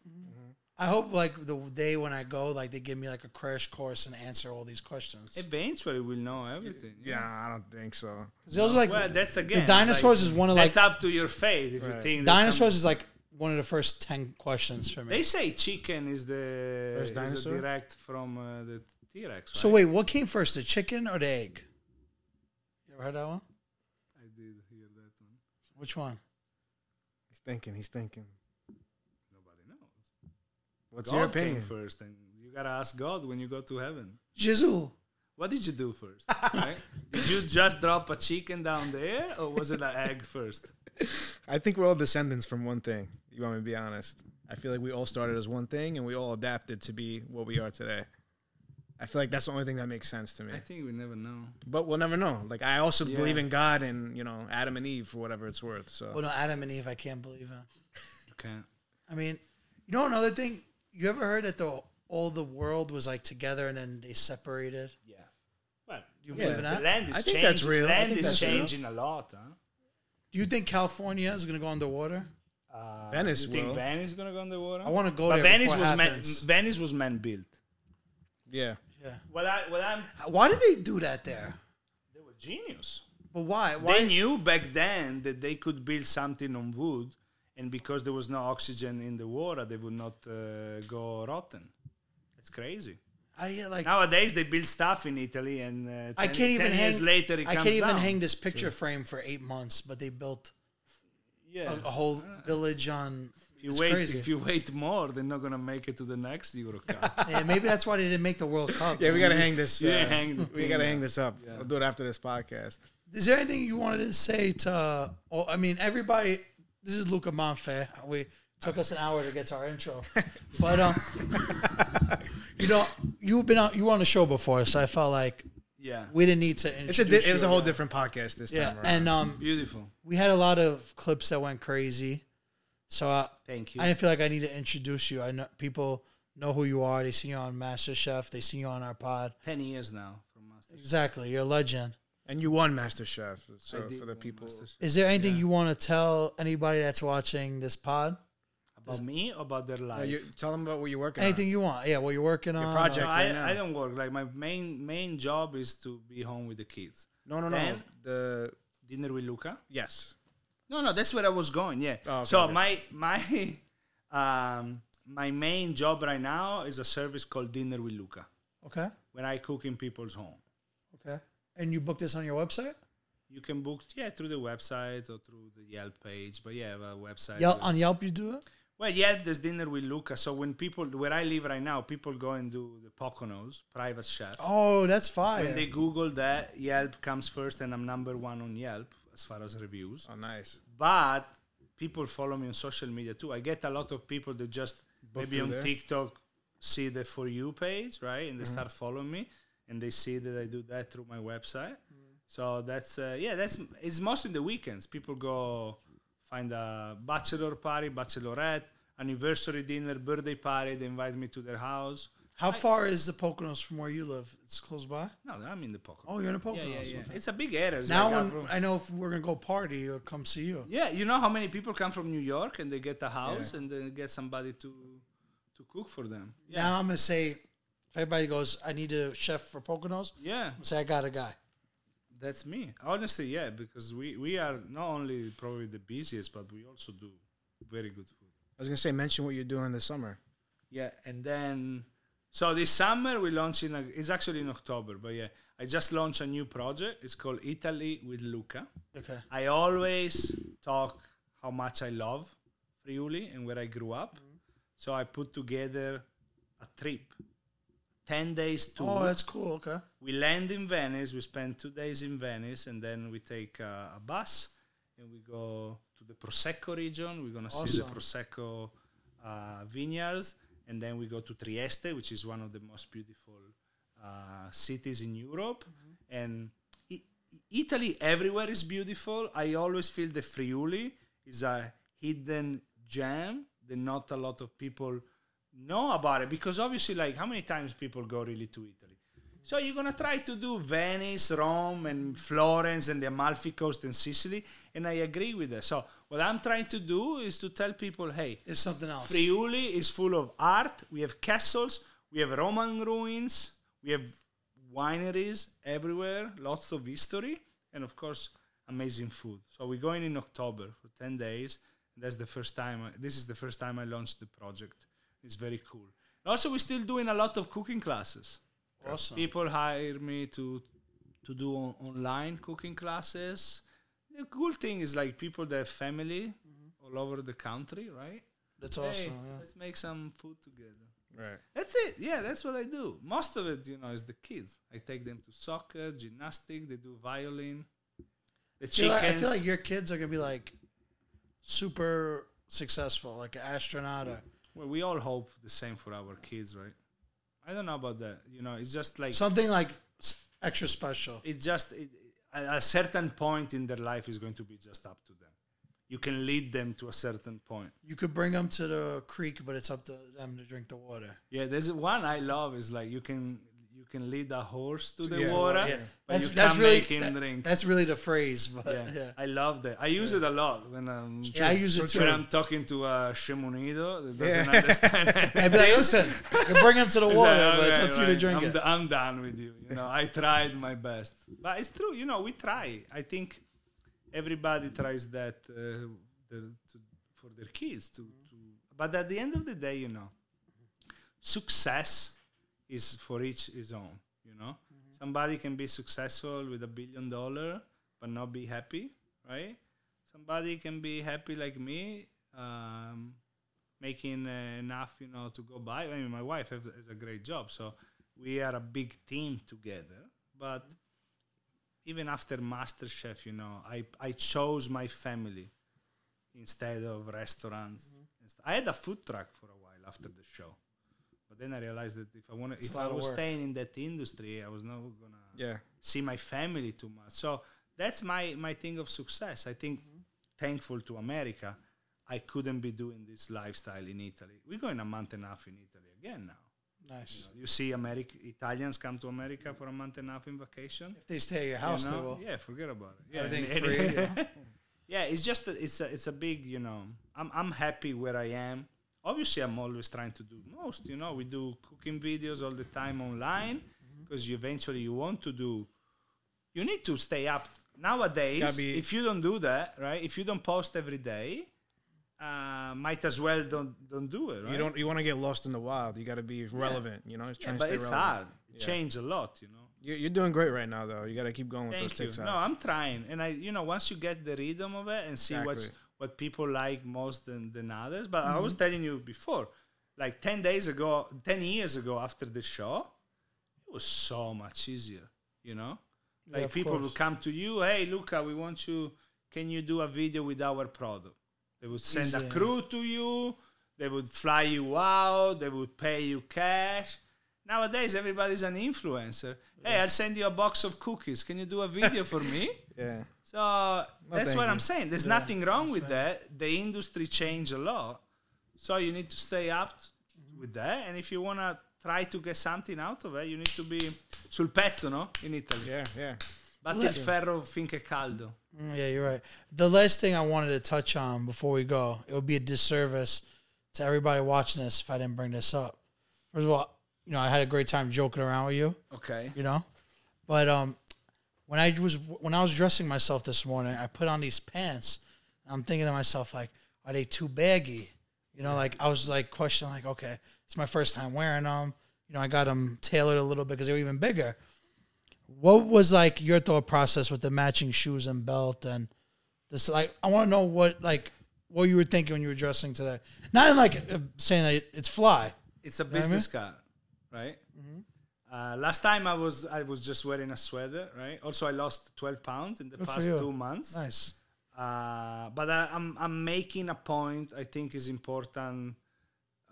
I hope like the day when I go, like they give me like a crash course and answer all these questions. Eventually, we'll know everything. Yeah, I don't think so. 'Cause those are like Well, that's again. it's dinosaurs is one of, like- that's up to your faith. If you Right. think that some- dinosaurs is like one of the first ten questions for me. they say chicken is the First is a dinosaur? direct from uh, the T Rex. So wait, what came first, the chicken or the egg? You ever heard that one? I did hear that one. Which one? He's thinking. He's thinking. Nobody knows. What's God your opinion? came first, and you gotta ask God when you go to heaven. Jizzle. What did you do first? right? Did you just drop a chicken down there, or was it an egg first? I think we're all descendants from one thing. You want me to be honest? I feel like we all started as one thing, and we all adapted to be what we are today. I feel like that's the only thing that makes sense to me. I think we never know. But we'll never know. Like I also Yeah. believe in God and you know Adam and Eve for whatever it's worth. So Well, no, Adam and Eve. I can't believe it. You can't. I mean, you know another thing. You ever heard that the all the world was like together and then they separated? Yeah. Well, Do you Yeah. believe in the that? land is I think changing. that's real. I Land think is that's real. changing a lot, huh? Do you think California is gonna go underwater? Uh, Venice You think will. Venice is gonna go underwater? I want to go But there. Venice before it was man. happens. Venice was man built. yeah, Yeah. What I what I'm Why did they do that there? they were genius. But why? Why? They knew back then that they could build something on wood, and because there was no oxygen in the water, they would not uh, go rotten. It's crazy. I yeah, like Nowadays they build stuff in Italy, and uh, ten, I can't even 10 hang. years later it I comes can't even down. hang this picture frame for eight months, but they built a, Yeah. a whole village on. If you it's wait, crazy. if you wait more, they're not gonna make it to the next Euro Cup. yeah, maybe that's why they didn't make the World Cup. yeah. We gotta hang this. Yeah, uh, hang the we thing gotta up. hang this up. We'll do it after this podcast. Is there anything you wanted to say to? Uh, all, I mean, everybody. This is Luca Monfe. We took us an hour to get to our intro, but um, you know, you've been on you were on the show before, so I felt like yeah, we didn't need to. It's a introduce di- it was you a whole again. different podcast this Yeah, time. around. and um, beautiful. we had a lot of clips that went crazy, so uh, Thank you. I didn't feel like I need to introduce you. I know people know who you are. They see you on MasterChef. They see you on our pod. Ten years now from Master. Exactly, you're a legend. And you won MasterChef. So I did for the one people, MasterChef. Is there anything you want to tell anybody that's watching this pod? about me, or about their life. Uh, you, tell them about what you're working Anything you want? Yeah, what you're working on? project. No, right now. I, I don't work. Like my main main job is to be home with the kids. on. No, no, no. Then- the Dinner with Luca. yes, No, no, that's where I was going. Yeah. Oh, okay, so okay. my my um, my main job right now is a service called Dinner with Luca, or- Okay, when I cook in people's home. okay. And you booked this on your website? You can book yeah through the website or through the Yelp page, but yeah, I have a website. Yelp, on Yelp, you do it? Well, yeah, there's dinner with Luca. So when people where I live right now, people go and do the Poconos, private chef. Oh, that's fire. When they Google that, Yelp comes first, and I'm number one on Yelp as far as reviews. oh nice. But people follow me on social media too. I get a lot of people that just maybe through on there. TikTok see the For You page, right? And they start following me, and they see that I do that through my website. So that's uh, yeah, that's it's mostly the weekends. People go find a bachelor party, bachelorette, anniversary dinner, birthday party. They invite me to their house. How far is the Poconos from where you live? It's close by. No, I'm in the pocket. Oh, you're in the Poconos. yeah, yeah, yeah. okay. It's a big area. It's Now like when, our room. I know if we're gonna go party or come see you. yeah, you know how many people come from New York and they get a house and then get somebody to to cook for them. Yeah, Now I'm gonna say, if everybody goes, I need a chef for Poconos. yeah. I'm gonna say I got a guy. That's me. Honestly, yeah, because we, we are not only probably the busiest, but we also do very good food. I was gonna say mention what you're doing this summer. Yeah, and then so this summer we launch in a, it's actually in October, but yeah, I just launched a new project. It's called Italy with Luca. Okay. I always talk how much I love Friuli and where I grew up. Mm-hmm. So I put together a trip, ten days tour. Oh, that's cool. Okay. we land in Venice. We spend two days in Venice, and then we take uh, a bus and we go to the Prosecco region. We're gonna see the Awesome. Prosecco uh, vineyards, and then we go to Trieste, which is one of the most beautiful uh, cities in Europe. Mm-hmm. And I- Italy, everywhere is beautiful. I always feel the Friuli is a hidden gem that not a lot of people know about it because obviously, like, how many times people go really to Italy? So you're gonna try to do Venice, Rome, and Florence, and the Amalfi Coast and Sicily, and I agree with that. So what I'm trying to do is to tell people, hey, It's something else. Friuli is full of art. We have castles, we have Roman ruins, we have wineries everywhere, lots of history, and of course, amazing food. So we're going in October for 10 days. That's the first time, I- this is the first time I launched the project. It's very cool. Also, we're still doing a lot of cooking classes. Awesome. People hire me to to do on- online cooking classes. The cool thing is like people that have family all over the country, right? That's Hey, awesome. yeah. let's make some food together. Right. That's it. Yeah, that's what I do. Most of it, you know, is the kids. I take them to soccer, gymnastic. They do violin. The I feel chickens. like- I feel like your kids are gonna be like super successful, like an astronaut. Or well, we all hope the same for our kids, right? I don't know about that. You know, it's just like something like s- extra special. it's just it, at a certain point in their life is going to be just up to them. You can lead them to a certain point. You could bring them to the creek, but it's up to them to drink the water. Yeah, there's one I love is like you can you can lead a horse to the Yeah. water, Yeah, but that's, you that's can't really make him that- drink. that's really the phrase. But yeah. yeah, yeah. I love that. I use it a lot when I'm I use it when too. I'm talking to a Shemunido that doesn't understand. it. I'd be like, listen, you can bring them to the He's water, like, but it's "Okay, up to you to right, drink I'm, it. d- I'm done with you. You know, I tried my best, but it's true. You know, we try. I think everybody tries that uh, the, to, for their kids to, to. Mm-hmm. But at the end of the day, you know, success is for each his own. You know, Mm-hmm. somebody can be successful with a billion dollar but not be happy, right? Somebody can be happy like me. Um, making uh, enough, you know, to go by. I mean, my wife has, has a great job, so we are a big team together. But even after MasterChef, you know, I I chose my family instead of restaurants. Mm-hmm. and st- I had a food truck for a while after the show, but then I realized that if I wanted, It's if a lot I of was work. staying in that industry, I was not gonna Yeah. see my family too much. So that's my my thing of success. I think thankful to America, I couldn't be doing this lifestyle in Italy. We're going a month and a half in Italy again now. Nice. You see, America Italians come to America for a month and a half in vacation. If they stay at your you house, know? they will. Yeah, forget about it. Yeah, Everything and- and- free. you know? yeah, it's just that it's a, it's a big, you know. I'm I'm happy where I am. Obviously, I'm always trying to do most. You know, we do cooking videos all the time online Mm-hmm. because you eventually you want to do. You need to stay up nowadays. Gotta be- if you don't do that, right? If you don't post every day, uh, might as well don't don't do it. Right? You don't. You want to get lost in the wild. You got to be relevant. You know, it's Yeah, trying but to stay it's relevant. hard. Change a lot, you know. You're, you're doing great right now, though. You got to keep going with Thank you. those TikToks. No, I'm trying, and I, you know, once you get the rhythm of it and see what's Exactly. Mm-hmm. what people like most than than others. But I was telling you before, like ten days ago, ten years ago, after the show, it was so much easier. You know, like of people will course. come to you, hey, Luca, we want you. Can you do a video with our product? They would send a Easier. crew to you. They would fly you out. They would pay you cash. Nowadays, everybody's an influencer. Hey, I'll send you a box of cookies. Can you do a video for me? yeah. So that's thank what you. I'm saying. There's nothing wrong with that. The Mm-hmm. industry changed a lot. So you need to stay up t- with that. And if you want to try to get something out of it, you need to be sul pezzo, no? In Italy. Yeah, yeah. Batti il ferro finché è caldo. Mm, Yeah, you're right. The last thing I wanted to touch on before we go, it would be a disservice to everybody watching this if I didn't bring this up. First of all, you know, I had a great time joking around with you, Okay. you know, but um, when I was when I was dressing myself this morning, I put on these pants. I'm thinking to myself like, are they too baggy? You know, like I was like questioning, like, okay, it's my first time wearing them. You know, I got them tailored a little bit because they were even bigger. What was like your thought process with the matching shoes and belt and this? Like, I want to know what like what you were thinking when you were dressing today. Not in like uh, saying that it's fly. It's a I mean? Mm-hmm. business card, right? Uh, last time I was I was just wearing a sweater, right? Also, I lost 12 pounds in the for past you. two months. Nice. Uh, but I, I'm I'm making a point. I think is important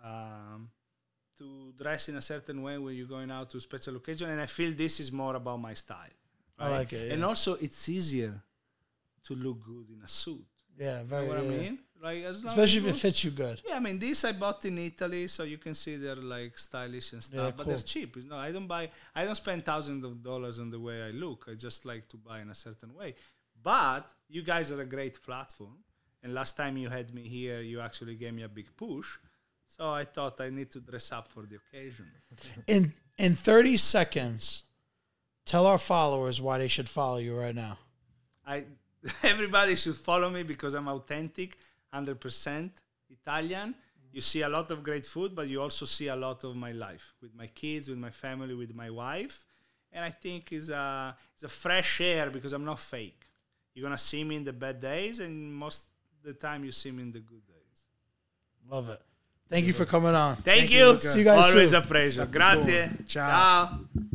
um, to dress in a certain way when you're going out to special occasion, and I feel this is more about my style. I like it, And yeah. also, it's easier to look good in a suit. Yeah, You very. know what yeah, I yeah. mean? Like as long Especially as if it fits you good. Yeah, I mean these I bought in Italy, so you can see they're like stylish and stuff, Yeah, but they're cool. cheap. You know, I don't buy, I don't spend thousands of dollars on the way I look. I just like to buy in a certain way. But you guys are a great platform, and last time you had me here, you actually gave me a big push. So I thought I need to dress up for the occasion. in in 30 seconds tell our followers why they should follow you right now I everybody should follow me because I'm authentic, hundred percent Italian. You see a lot of great food, but you also see a lot of my life with my kids, with my family, with my wife, and I think it's a it's a fresh air because I'm not fake. You're gonna see me in the bad days, and most of the time you see me in the good days. love it thank you for coming on Thank, you. See you guys Always soon. a pleasure. Grazie. Ciao. Ciao.